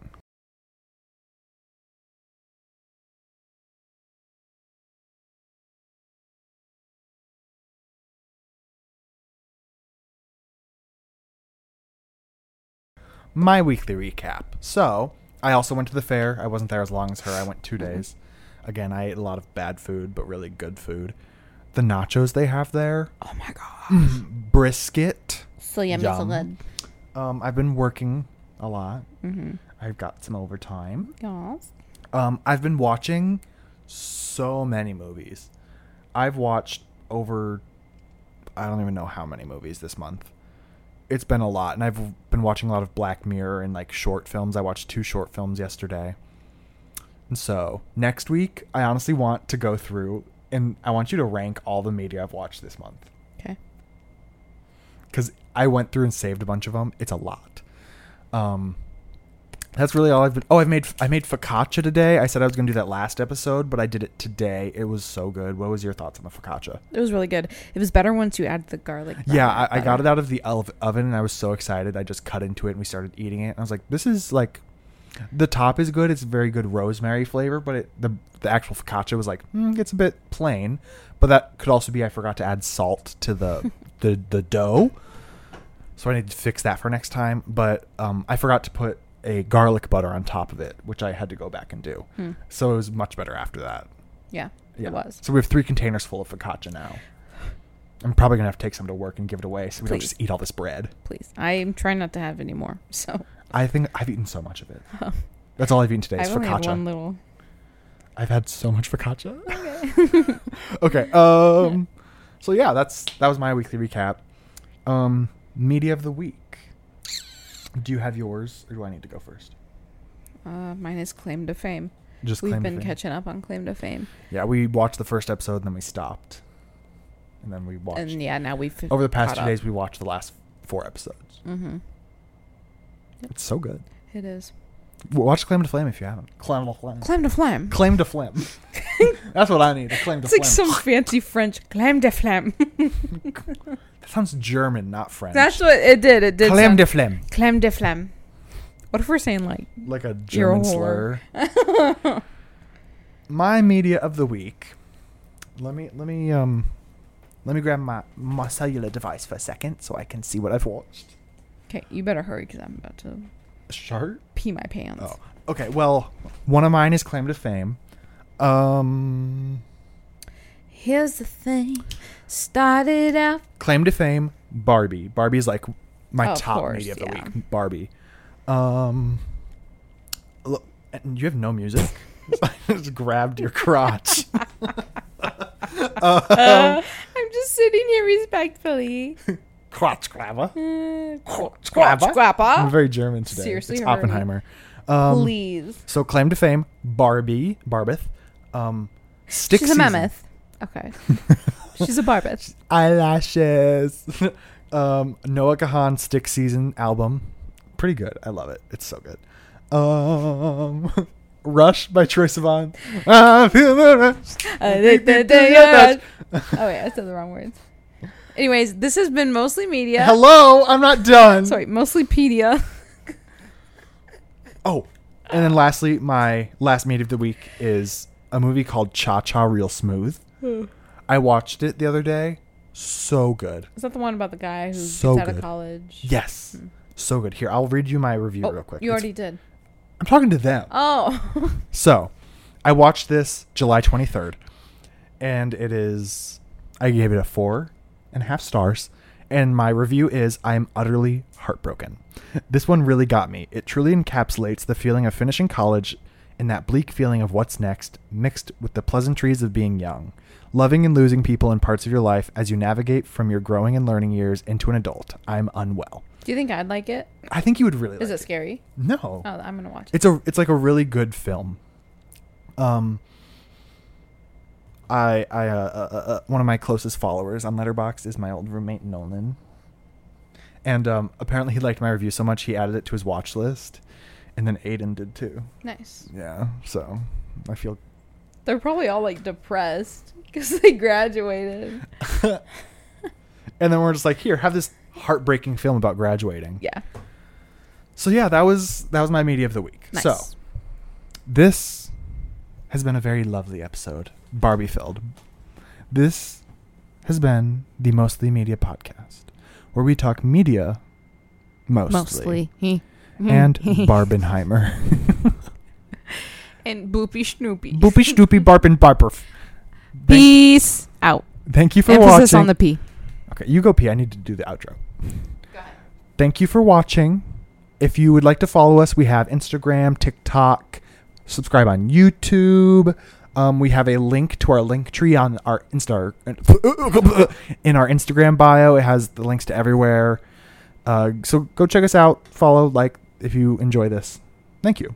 Speaker 1: My weekly recap. So, I also went to the fair. I wasn't there as long as her. I went two days. Again, I ate a lot of bad food, but really good food. The nachos they have there.
Speaker 2: Oh my god.
Speaker 1: Brisket.
Speaker 3: So yummy, so
Speaker 1: Yum.
Speaker 3: good.
Speaker 1: Um, I've been working a lot.
Speaker 2: Mm-hmm.
Speaker 1: I've got some overtime.
Speaker 2: Yes.
Speaker 1: Um, I've been watching so many movies. I've watched over, I don't even know how many movies this month. It's been a lot, and I've been watching a lot of Black Mirror and like short films. I watched two short films yesterday. And so next week, I honestly want to go through and I want you to rank all the media I've watched this month
Speaker 2: Okay.
Speaker 1: because I went through and saved a bunch of them. It's a lot. Um, that's really all I've been. Oh, I've made I made focaccia today. I said I was going to do that last episode, but I did it today. It was so good. What was your thoughts on the focaccia?
Speaker 2: It was really good. It was better once you add the garlic.
Speaker 1: Yeah, I, I got it out of the ov- oven and I was so excited. I just cut into it and we started eating it. And I was like, this is like, the top is good. It's a very good rosemary flavor, but it, the the actual focaccia was like, mm, it's a bit plain. But that could also be I forgot to add salt to the the the dough, so I need to fix that for next time. But um, I forgot to put a garlic butter on top of it, which I had to go back and do.
Speaker 2: Hmm.
Speaker 1: So it was much better after that.
Speaker 2: Yeah,
Speaker 1: Yeah.
Speaker 2: it was.
Speaker 1: So we have three containers full of focaccia now. I'm probably gonna have to take some to work and give it away, so we don't
Speaker 2: Please.
Speaker 1: just eat all this bread.
Speaker 2: Please, I am trying not to have any more. *laughs* So um,
Speaker 1: I think I've eaten so much of it. That's all I've eaten today is
Speaker 2: I've only had
Speaker 1: focaccia.
Speaker 2: one little.
Speaker 1: I've had so much focaccia. *laughs* Okay. okay.
Speaker 2: *laughs*
Speaker 1: Um. So yeah, that's that was my weekly recap. Um, media of the week. Do you have yours, or do I need to go first?
Speaker 2: Uh, mine is claim to fame.
Speaker 1: Just
Speaker 2: We've
Speaker 1: claim to
Speaker 2: been
Speaker 1: fame.
Speaker 2: catching up on claim to fame,
Speaker 1: Yeah, we watched the first episode, and then we stopped, and then we watched
Speaker 2: and yeah, now we've
Speaker 1: over the past
Speaker 2: caught
Speaker 1: two
Speaker 2: up.
Speaker 1: days. We watched the last four episodes.
Speaker 2: Mhm.
Speaker 1: It's so good.
Speaker 2: It is
Speaker 1: W- Watch Claim to Flame if you haven't. Claim to Flame.
Speaker 2: claim to fame.
Speaker 1: Claim to
Speaker 2: *laughs*
Speaker 1: Flame. That's what I need. A claim to
Speaker 2: It's like
Speaker 1: Flame.
Speaker 2: some fancy French claim
Speaker 1: *laughs*
Speaker 2: de flamme.
Speaker 1: that sounds German, not French.
Speaker 2: That's what it did. It did.
Speaker 1: Claim
Speaker 2: sound-
Speaker 1: de Flame.
Speaker 2: claim de flamme. What if we're saying like
Speaker 1: Like a
Speaker 2: You're a
Speaker 1: German
Speaker 2: whore.
Speaker 1: slur.
Speaker 2: *laughs*
Speaker 1: my media of the week. Let me let me um let me grab my my cellular device for a second so I can see what I've watched.
Speaker 2: Okay, you better hurry because I'm about to
Speaker 1: Sharp.
Speaker 2: pee my pants.
Speaker 1: Oh. Okay, well, one of mine is claim to fame. Um
Speaker 3: Here's the thing. Started out
Speaker 1: claim to fame Barbie. Barbie's like my
Speaker 2: Of
Speaker 1: top
Speaker 2: course,
Speaker 1: media of the
Speaker 2: yeah.
Speaker 1: week. Barbie. Um, look, and you have no music. *laughs*
Speaker 2: *laughs*
Speaker 1: I just grabbed your crotch.
Speaker 2: Uh, I'm just sitting
Speaker 1: *laughs*
Speaker 2: here respectfully.
Speaker 1: crotch grabber.
Speaker 2: Uh,
Speaker 1: Crotch
Speaker 2: Squabba,
Speaker 1: I'm
Speaker 2: squabba.
Speaker 1: very German today.
Speaker 2: Seriously,
Speaker 1: it's
Speaker 2: hurry.
Speaker 1: Oppenheimer. Um,
Speaker 2: Please.
Speaker 1: so claim to fame Barbie, Barbeth. Um, stick
Speaker 2: She's a
Speaker 1: season.
Speaker 2: mammoth.
Speaker 1: *laughs*
Speaker 2: Okay. She's a barbet.
Speaker 1: eyelashes. *laughs* um, Noah Kahan Stick Season album, pretty good. I love it. It's so good. Um, *laughs* Rush by Troy Sivan. *laughs* I feel the
Speaker 2: *laughs*
Speaker 1: rush.
Speaker 2: Uh, da- da- da- da- oh wait, I said the wrong words. Anyways, this has been mostly media.
Speaker 1: Hello, I'm not done.
Speaker 2: Sorry, mostly pedia. *laughs*
Speaker 1: Oh, and then lastly, my last meet of the week is a movie called Cha Cha Real
Speaker 2: *sighs*
Speaker 1: Smooth. I watched it the other day. So good.
Speaker 2: Is that the one about the guy who
Speaker 1: So
Speaker 2: gets out
Speaker 1: good.
Speaker 2: of college?
Speaker 1: Yes. So good. Here, I'll read you my review
Speaker 2: Hmm. Oh,
Speaker 1: real quick.
Speaker 2: You
Speaker 1: It's-
Speaker 2: already did.
Speaker 1: I'm talking to them.
Speaker 2: Oh. *laughs*
Speaker 1: So, I watched this July 23rd, and it is. I gave it a four and a half stars, and my review is I am utterly heartbroken. This one really got me. It truly encapsulates the feeling of finishing college and that bleak feeling of what's next, mixed with the pleasantries of being young, loving and losing people and parts of your life as you navigate from your growing and learning years into an adult. I'm unwell.
Speaker 2: Do you think I'd like it?
Speaker 1: I think you would really
Speaker 2: Is
Speaker 1: like
Speaker 2: it scary?
Speaker 1: No.
Speaker 2: Oh, I'm gonna watch it.
Speaker 1: It's a it's like a really good film. Um I, I, uh, uh, uh, one of my closest followers on Letterboxd is my old roommate Nolan, and um, apparently he liked my review so much he added it to his watch list, and then Aiden did too.
Speaker 2: Nice.
Speaker 1: Yeah, so I feel *laughs*
Speaker 2: They're probably all like depressed because they graduated.
Speaker 1: and then we're just like, here, have this heartbreaking film about graduating.
Speaker 2: Yeah.
Speaker 1: So yeah, that was that was my media of the week.
Speaker 2: Nice.
Speaker 1: So this has been a very lovely episode, Barbie filled. This has been the Mostly Media podcast, where we talk media mostly,
Speaker 4: Mostly. He-
Speaker 1: *laughs*
Speaker 4: *laughs*
Speaker 1: and Barbenheimer,
Speaker 2: and Bloopy Snoopy.
Speaker 1: Boopy Snoopy Barben Barber. Thank,
Speaker 4: Peace out.
Speaker 1: thank you for
Speaker 4: Emphasis
Speaker 1: watching.
Speaker 4: on the P.
Speaker 1: Okay, you go pee. I need to do the outro. Thank you for watching. If you would like to follow us, we have Instagram, TikTok, subscribe on YouTube. Um, we have a link to our link tree on our Insta *laughs* in our Instagram bio. It has the links to everywhere. Uh, so go check us out. Follow, like if you enjoy this. Thank you.